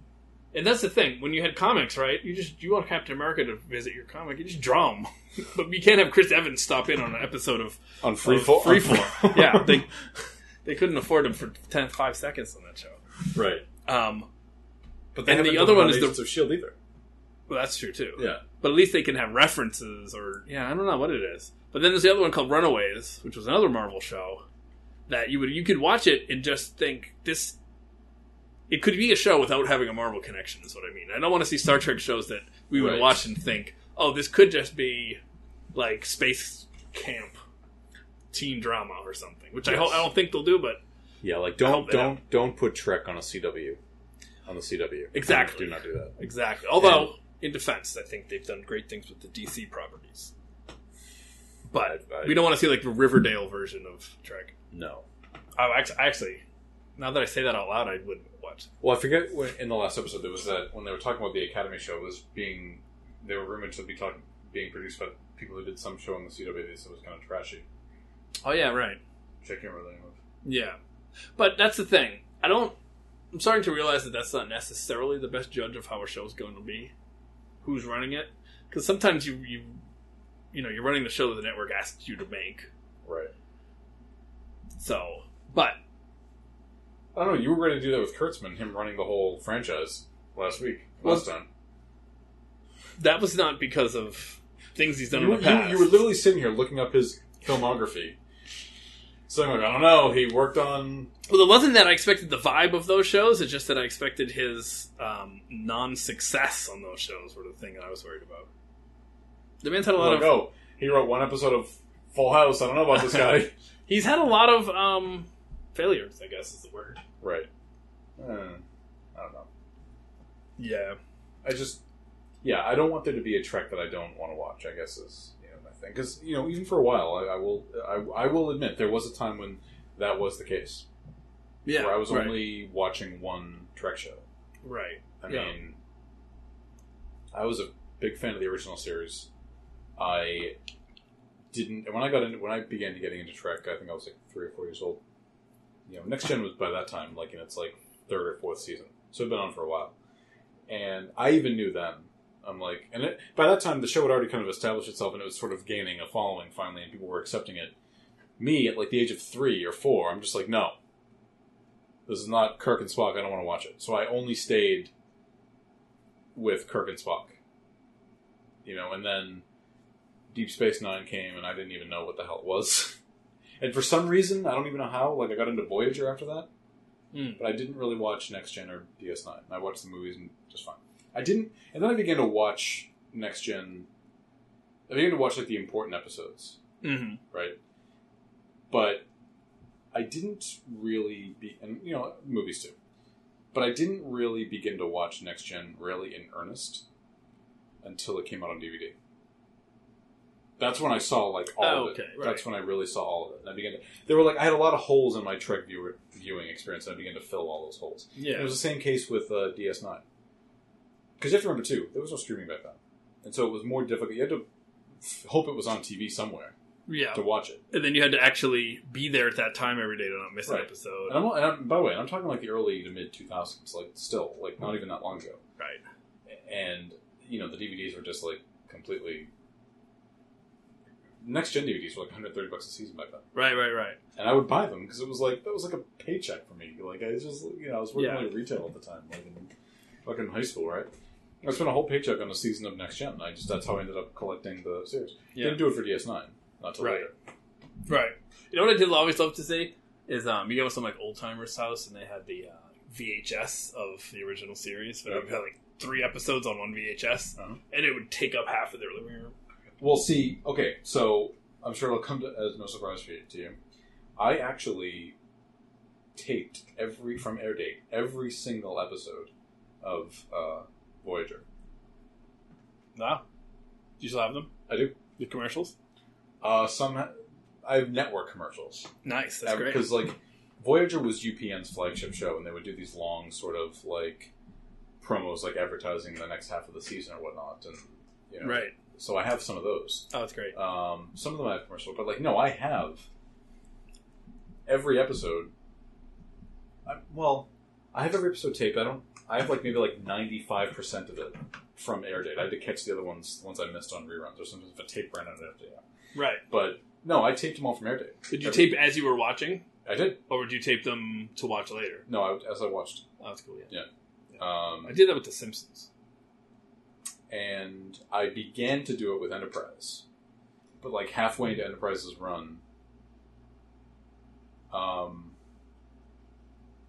S1: And that's the thing. When you had comics, right? You just you want Captain America to visit your comic, you just draw him. (laughs) but you can't have Chris Evans stop in on an episode of
S2: On
S1: Freefall-
S2: (laughs)
S1: Freefall. (laughs) Yeah, they- they couldn't afford him for 10, five seconds on that show.
S2: right.
S1: Um,
S2: But
S1: And
S2: haven't
S1: the
S2: done
S1: other
S2: it
S1: one
S2: on
S1: is the-
S2: Agents of Shield E either.
S1: well, that's true too.
S2: Yeah.
S1: But at least they can have references, or yeah, I don't know what it is. But then there's the other one called Runaways, which was another Marvel show that you would you could watch it and just think this. It could be a show without having a Marvel connection. Is what I mean. I don't want to see Star Trek shows that we would
S2: Right.
S1: watch and think, oh, this could just be like space camp teen drama or something. Which I, ho-
S2: Yes.
S1: I don't think they'll do, but
S2: Yeah, like
S1: I hope
S2: don't
S1: they
S2: don't don't put Trek on a CW, on the CW.
S1: Exactly.
S2: Do not do that.
S1: exactly. Although in defense, I think they've done great things with the DC properties. But uh,
S2: I- I-
S1: we don't want to see like the Riverdale version of Trek.
S2: No.
S1: Oh, actually, actually, now that I say that out loud, I wouldn't watch.
S2: Well, I forget when, in the last episode there was that when they were talking about the Academy show it was being they were rumored to be talking being produced by people who did some show on the CW. They said it was kind of trashy.
S1: Oh yeah, right.
S2: Which I can't remember the name of.
S1: Yeah, but that's the thing. I don't. I'm starting to realize that that's not necessarily the best judge of how a show's going to be, who's running it, because sometimes you you you know you're running the show that the network asks you to make.
S2: Right.
S1: So, but
S2: I don't know. You were ready to do that with Kurtzman, him running the whole franchise last week, last time.
S1: that was not because of things he's done
S2: You,
S1: in the
S2: you-
S1: past.
S2: you were literally sitting here looking up his filmography. So I'm like, I don't know. He worked on
S1: Well, it wasn't that I expected the vibe of those shows. It's just that I expected his um, non-success on those shows were the thing that I was worried about. The man's had a lot
S2: like,
S1: of.
S2: oh, he wrote one episode of Full House. I don't know about this guy.
S1: (laughs) He's had a lot of um, failures. I guess is the word.
S2: right. Uh, I don't know.
S1: Yeah.
S2: I just, yeah, I don't want there to be a trek that I don't want to watch. I guess is you know my thing because you know even for a while I, I will I, I will admit there was a time when that was the case
S1: Yeah.
S2: where I was
S1: right.
S2: only watching one trek show.
S1: right.
S2: I
S1: Yeah.
S2: mean, I was a big fan of the original series. I didn't when I got into when I began getting into Trek. I think I was like three or four years old. You know, Next Gen was by that time like in its like third or fourth season, so it'd been on for a while. And I even knew then. I'm like, and it, by that time the show had already kind of established itself, and it was sort of gaining a following finally, and people were accepting it. Me at like the age of three or four, I'm just like, no, this is not Kirk and Spock. I don't want to watch it. So I only stayed with Kirk and Spock. You know, and then Deep Space Nine came, and I didn't even know what the hell it was. (laughs) and for some reason, I don't even know how. Like, I got into Voyager after that,
S1: Mm.
S2: but I didn't really watch Next Gen or DS Nine. I watched the movies and just fine. I didn't, and then I began to watch Next Gen. I began to watch like the important episodes
S1: hmm
S2: right? But I didn't really be, and you know, movies too. But I didn't really begin to watch Next Gen really in earnest until it came out on DVD. That's when I saw like all
S1: Oh,
S2: of it.
S1: okay, right.
S2: That's when I really saw all of it. And I began to. There were like I had a lot of holes in my Trek viewer, viewing experience, and I began to fill all those holes.
S1: Yeah.
S2: And it was the same case with uh, DS9. Because you have to remember, too, there was no streaming back then. And so it was more difficult. You had to f- hope it was on TV somewhere
S1: yeah.
S2: to watch it.
S1: And then you had to actually be there at that time every day to not miss
S2: Right.
S1: an episode.
S2: And I'm, and I'm, by the way, I'm talking like the early to mid 2000s, like still, like not even that long ago.
S1: Right.
S2: And, you know, the DVDs were just like completely. Next gen DVDs were like 130 bucks a season back then.
S1: Right. Right. Right.
S2: And I would buy them because it was like, that was like a paycheck for me. Like, I was just, you know, I was working
S1: Yeah.
S2: like retail at the time, like in fucking high school, right? I spent a whole paycheck on a season of Next Gen. and I just, that's how I ended up collecting the series.
S1: Yeah.
S2: Didn't do it for DS9. Not till
S1: Right.
S2: later.
S1: Right. You know what I did always love to see is um, you go to some like old timers house and they had the uh, VHS of the original series. But it would have like three episodes on one VHS,
S2: Uh-huh.
S1: and it would take up half of their living room.
S2: Well, see, okay, so I'm sure it'll come to, as no surprise for you, to you. I actually taped every from air date every single episode of uh, Voyager.
S1: No. Do you still have them?
S2: I do.
S1: The commercials?
S2: Uh, some ha- I have network commercials
S1: Nice. That's great.
S2: because like Voyager was UPN's flagship show, and they would do these long sort of like promos, like advertising the next half of the season or whatnot, and you know.
S1: Right.
S2: So I have some of those.
S1: Oh, that's great.
S2: Um, some of them I have commercial, but like no, I have every episode. I, well, I have every episode taped. I don't. I have like maybe like ninety five percent of it from air date. I had to catch the other ones, the ones I missed on reruns, or sometimes if a tape ran out after that.
S1: Right.
S2: But no, I taped them all from air date.
S1: Did you
S2: Every-
S1: tape as you were watching,
S2: I did.
S1: or would you tape them to watch later?
S2: No, I, as I watched.
S1: Oh, that's cool. Yeah.
S2: Um,
S1: I did that with The Simpsons.
S2: and I began to do it with Enterprise. but like halfway into Enterprise's run, um,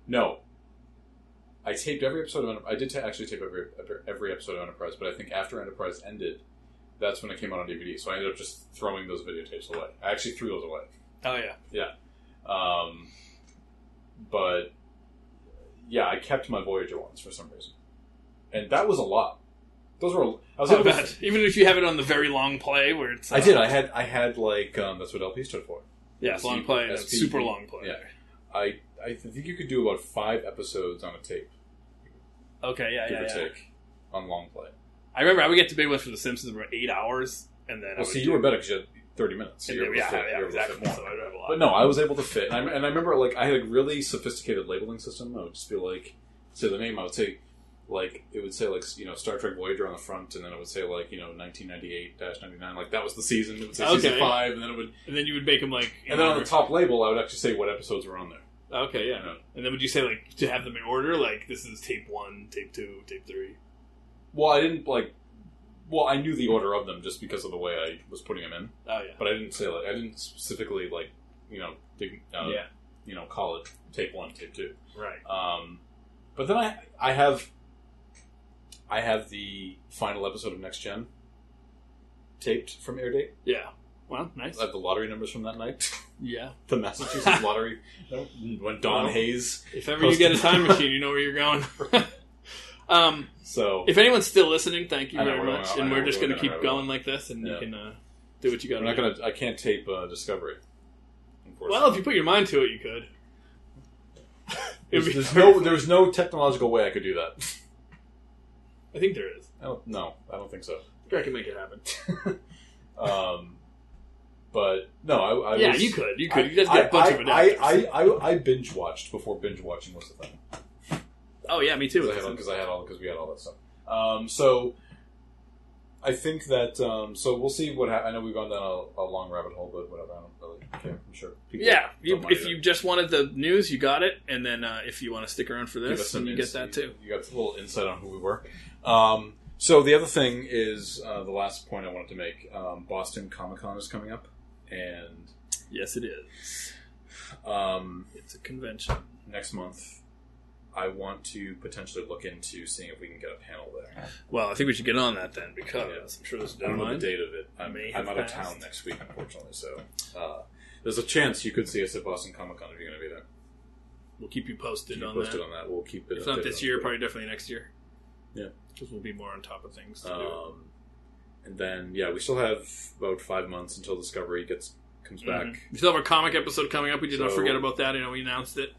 S2: no, I taped every episode of Enter- I did ta- actually tape every every episode of Enterprise, but I think after Enterprise ended, that's when it came out on DVD. So I ended up just throwing those videotapes away. I actually threw those away.
S1: Oh yeah.
S2: Um, but yeah, I kept my Voyager ones for some reason, and that was a lot. Those were I was
S1: Not
S2: able to-
S1: bad. Even if you have it on the very long play where it's. uh,
S2: I did. I had I had like um, that's what LP stood for.
S1: Yeah, it's long play and it's
S2: SP.
S1: super long play.
S2: Yeah. I I think you could do about five episodes on a tape,
S1: Okay, yeah,
S2: give
S1: yeah,
S2: or
S1: yeah.
S2: take, on long play.
S1: I remember I would get to big ones for The Simpsons about eight hours, and then I
S2: Well,
S1: would
S2: see,
S1: do-
S2: you were better because you had thirty minutes. So
S1: and
S2: you were
S1: then- yeah,
S2: able to fit-
S1: yeah,
S2: you were able to fit
S1: exactly.
S2: more.
S1: So I'd have a lot.
S2: But no, I was able to fit, and I, and I remember like I had a really sophisticated labeling system. I would just be like, say the name. I would say like it would say like you know Star Trek Voyager on the front, and then it would say like you know 1998-99, like that was the season. It would say season
S1: Okay.
S2: five, and then it would,
S1: and then you would make them like. in
S2: and then on the
S1: order.
S2: top label, I would actually say what episodes were on there.
S1: Okay, yeah.
S2: Yeah.
S1: And then would you say like to have them in order? Like this is tape one, tape two, tape three.
S2: Well, I didn't like. Well, I knew the order of them just because of the way I was putting them in,
S1: Oh yeah.
S2: but I didn't say like I didn't specifically like you know dig, uh,
S1: yeah.
S2: you know call it tape one, tape two.
S1: Right.
S2: Um, but then I I have I have the final episode of Next Gen taped from air date.
S1: Yeah. Well, nice.
S2: I have the lottery numbers from that night. (laughs)
S1: Yeah. (laughs)
S2: the Massachusetts lottery when Don
S1: Wow.
S2: Hayes.
S1: If ever you get a time (laughs) machine, you know where you're going. um,
S2: So
S1: if anyone's still listening, thank you
S2: I know,
S1: very
S2: we're
S1: much.
S2: going- I
S1: and
S2: know,
S1: we're
S2: we're
S1: just going to
S2: going
S1: keep
S2: around.
S1: going like this, and you
S2: Yeah.
S1: can uh, do what you got
S2: I'm
S1: to
S2: not
S1: do.
S2: gonna. I can't tape uh, Discovery. Unfortunately.
S1: Well, if you put your mind to it, you could. (laughs) It would
S2: There's,
S1: be
S2: there's no, there's no technological way I could do that.
S1: I think there is.
S2: I don't, no, I don't think so.
S1: I think I can make it happen.
S2: Um, but no, I, I
S1: yeah,
S2: was-
S1: you could. You
S2: I-
S1: could. You just get a bunch
S2: I,
S1: of adapters.
S2: I, I, I, I binge watched before binge watching was the thing
S1: oh yeah, me too.
S2: because I, had all- 'cause I had all because we had all that stuff. Um, so I think that um, so we'll see what hap I know we've gone down a, a long rabbit hole, but whatever. I don't really care. I'm sure. people
S1: Yeah, you,
S2: don't mind
S1: if
S2: it.
S1: you just wanted the news, you got it, and then uh, if you want to stick around for
S2: Give us
S1: this,
S2: some
S1: then you get
S2: ins-
S1: that too.
S2: You got a little insight on who we were. Um, so the other thing is uh, the last point I wanted to make. Um, Boston Comic Con is coming up, and
S1: Yes, it is.
S2: um,
S1: It's a convention.
S2: next month I want to potentially look into seeing if we can get a panel there.
S1: Well, I think we should get on that then because
S2: Yeah.
S1: I'm sure there's a
S2: I don't know the
S1: deadline.
S2: date of it. I'm,
S1: May
S2: I'm
S1: have
S2: out of
S1: passed.
S2: town next week, unfortunately. So uh, there's a chance you could see us at Boston Comic Con if you're going to be there.
S1: We'll keep you posted
S2: Keep
S1: on
S2: posted
S1: that.
S2: on that. We'll keep it.
S1: If not
S2: updated
S1: this
S2: on
S1: year,
S2: Twitter.
S1: probably definitely next year.
S2: Yeah.
S1: because we'll be more on top of things. To do.
S2: Um, and then yeah, we still have about five months until Discovery gets comes back.
S1: Mhm. We still have our comic episode coming up. We did not
S2: So-
S1: forget about that. I know we announced it.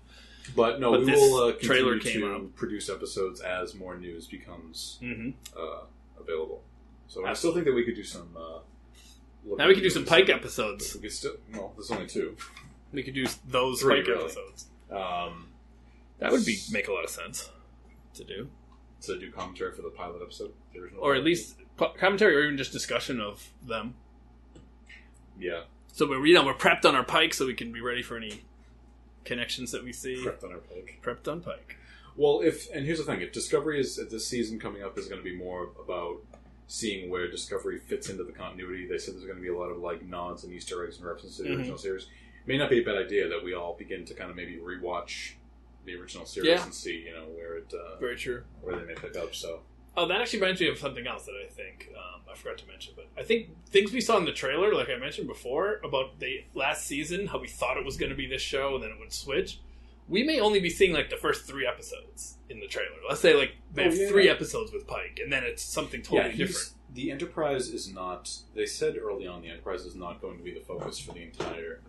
S2: But no,
S1: But
S2: we
S1: this
S2: will uh,
S1: trailer
S2: continue
S1: came
S2: to
S1: out.
S2: produce episodes as more news becomes
S1: Mm-hmm.
S2: uh, available. So I still think that we could do some. Uh, look
S1: Now we
S2: at
S1: could do some
S2: news.
S1: Pike episodes.
S2: We could still. Well, there's only two.
S1: We could do those
S2: Three,
S1: Pike
S2: really.
S1: episodes.
S2: Um,
S1: That would be make a lot of sense to do.
S2: to do commentary for the pilot episode, the original,
S1: or at least po- commentary or even just discussion of them.
S2: yeah,
S1: So we're you know we're prepped on our pike, so we can be ready for any connections that we see.
S2: prepped on our pig.
S1: Prepped on pike.
S2: Well, if and here's the thing: if Discovery is this season coming up is going to be more about seeing where Discovery fits into the continuity. They said there's going to be a lot of like nods and Easter eggs and references to the
S1: Mhm.
S2: original series. may not be a bad idea that we all begin to kind of maybe rewatch the original series
S1: Yeah.
S2: and see you know where it uh,
S1: Very true.
S2: where they may pick up. So
S1: Oh, that actually reminds me of something else that I think um, I forgot to mention. But I think things we saw in the trailer, like I mentioned before, about the last season, how we thought it was going to be this show, and then it would switch. We may only be seeing like the first three episodes in the trailer. Let's say like they
S2: Oh,
S1: have
S2: yeah,
S1: three
S2: yeah.
S1: episodes with Pike, and then it's something
S2: yeah,
S1: totally different.
S2: he's- the Enterprise is not. They said early on the Enterprise is not going to be the focus for the entire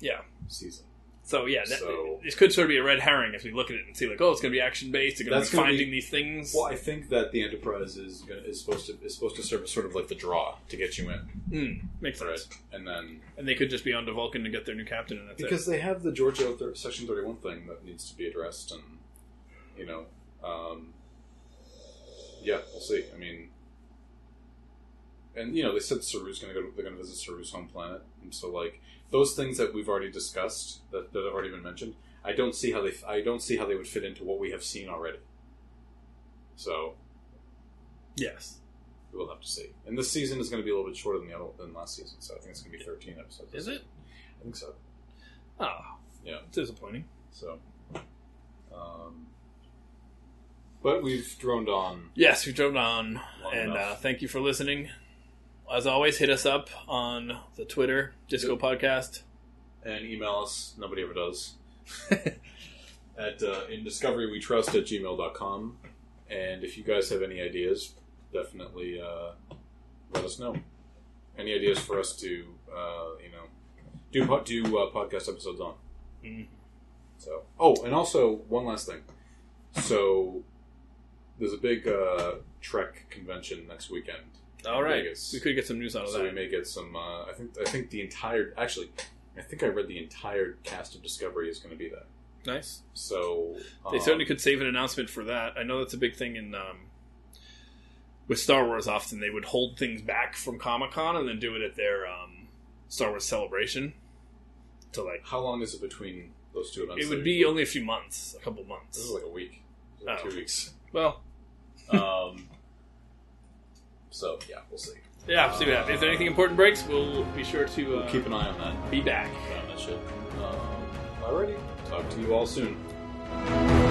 S1: Yeah.
S2: season.
S1: So yeah, that,
S2: So-
S1: this could sort of be a red herring as we look at it and see like, oh, it's going to be action based. They're going to
S2: That's
S1: be
S2: gonna be-
S1: finding these things.
S2: Well, I think that the Enterprise is gonna, is supposed to is supposed to serve as sort of like the draw to get you in,
S1: Mm, makes sense.
S2: right? And then
S1: And they could just be on to Vulcan to get their new captain, and that's
S2: because they have the Georgia thir- Section Thirty One thing that needs to be addressed, and you know, um, yeah, we'll see. I mean, and you know, they said Saru's going to go. They're going to visit Saru's home planet, and so like those things that we've already discussed that, that have already been mentioned. I don't see how they. I don't see how they would fit into what we have seen already. So
S1: it. Yes.
S2: We'll have to see. And this season is going to be a little bit shorter than the other, than last season, so I think it's going to be 13 episodes.
S1: Is it?
S2: I think so.
S1: Oh,
S2: Yeah.
S1: it's disappointing.
S2: So, um, but we've droned on.
S1: Yes, we drove on,
S2: Long
S1: and
S2: enough.
S1: uh, thank you for listening. As always, hit us up on the Twitter Disco
S2: Yep.
S1: Podcast.
S2: and email us. Nobody ever does. (laughs) at uh, in discovery we trust at gmail.com. And if you guys have any ideas, definitely uh, let us know. Any ideas for us to, uh, you know, do po- do uh, podcast episodes on?
S1: Mhm.
S2: So, oh, and also one last thing. So, there's a big uh, Trek convention next weekend.
S1: All right,
S2: Vegas.
S1: we could get some news out of
S2: So we
S1: that.
S2: may get some. Uh, I think. I think the entire. Actually, I think I read the entire cast of Discovery is going to be there.
S1: Nice.
S2: So
S1: They
S2: um,
S1: certainly could save an announcement for that. I know that's a big thing in um, with Star Wars. Often they would hold things back from Comic Con and then do it at their um, Star Wars celebration. To like,
S2: How long is it between those two events?
S1: it would
S2: that
S1: be
S2: you-
S1: only a few months, a couple months.
S2: This is like a week. Like
S1: Oh.
S2: Two weeks.
S1: well,
S2: Um. so yeah, we'll see.
S1: yeah, see what happens. If anything important breaks, we'll be sure to uh,
S2: We'll keep an eye on that.
S1: be back.
S2: On that shit. Um, alrighty. Talk to you all soon.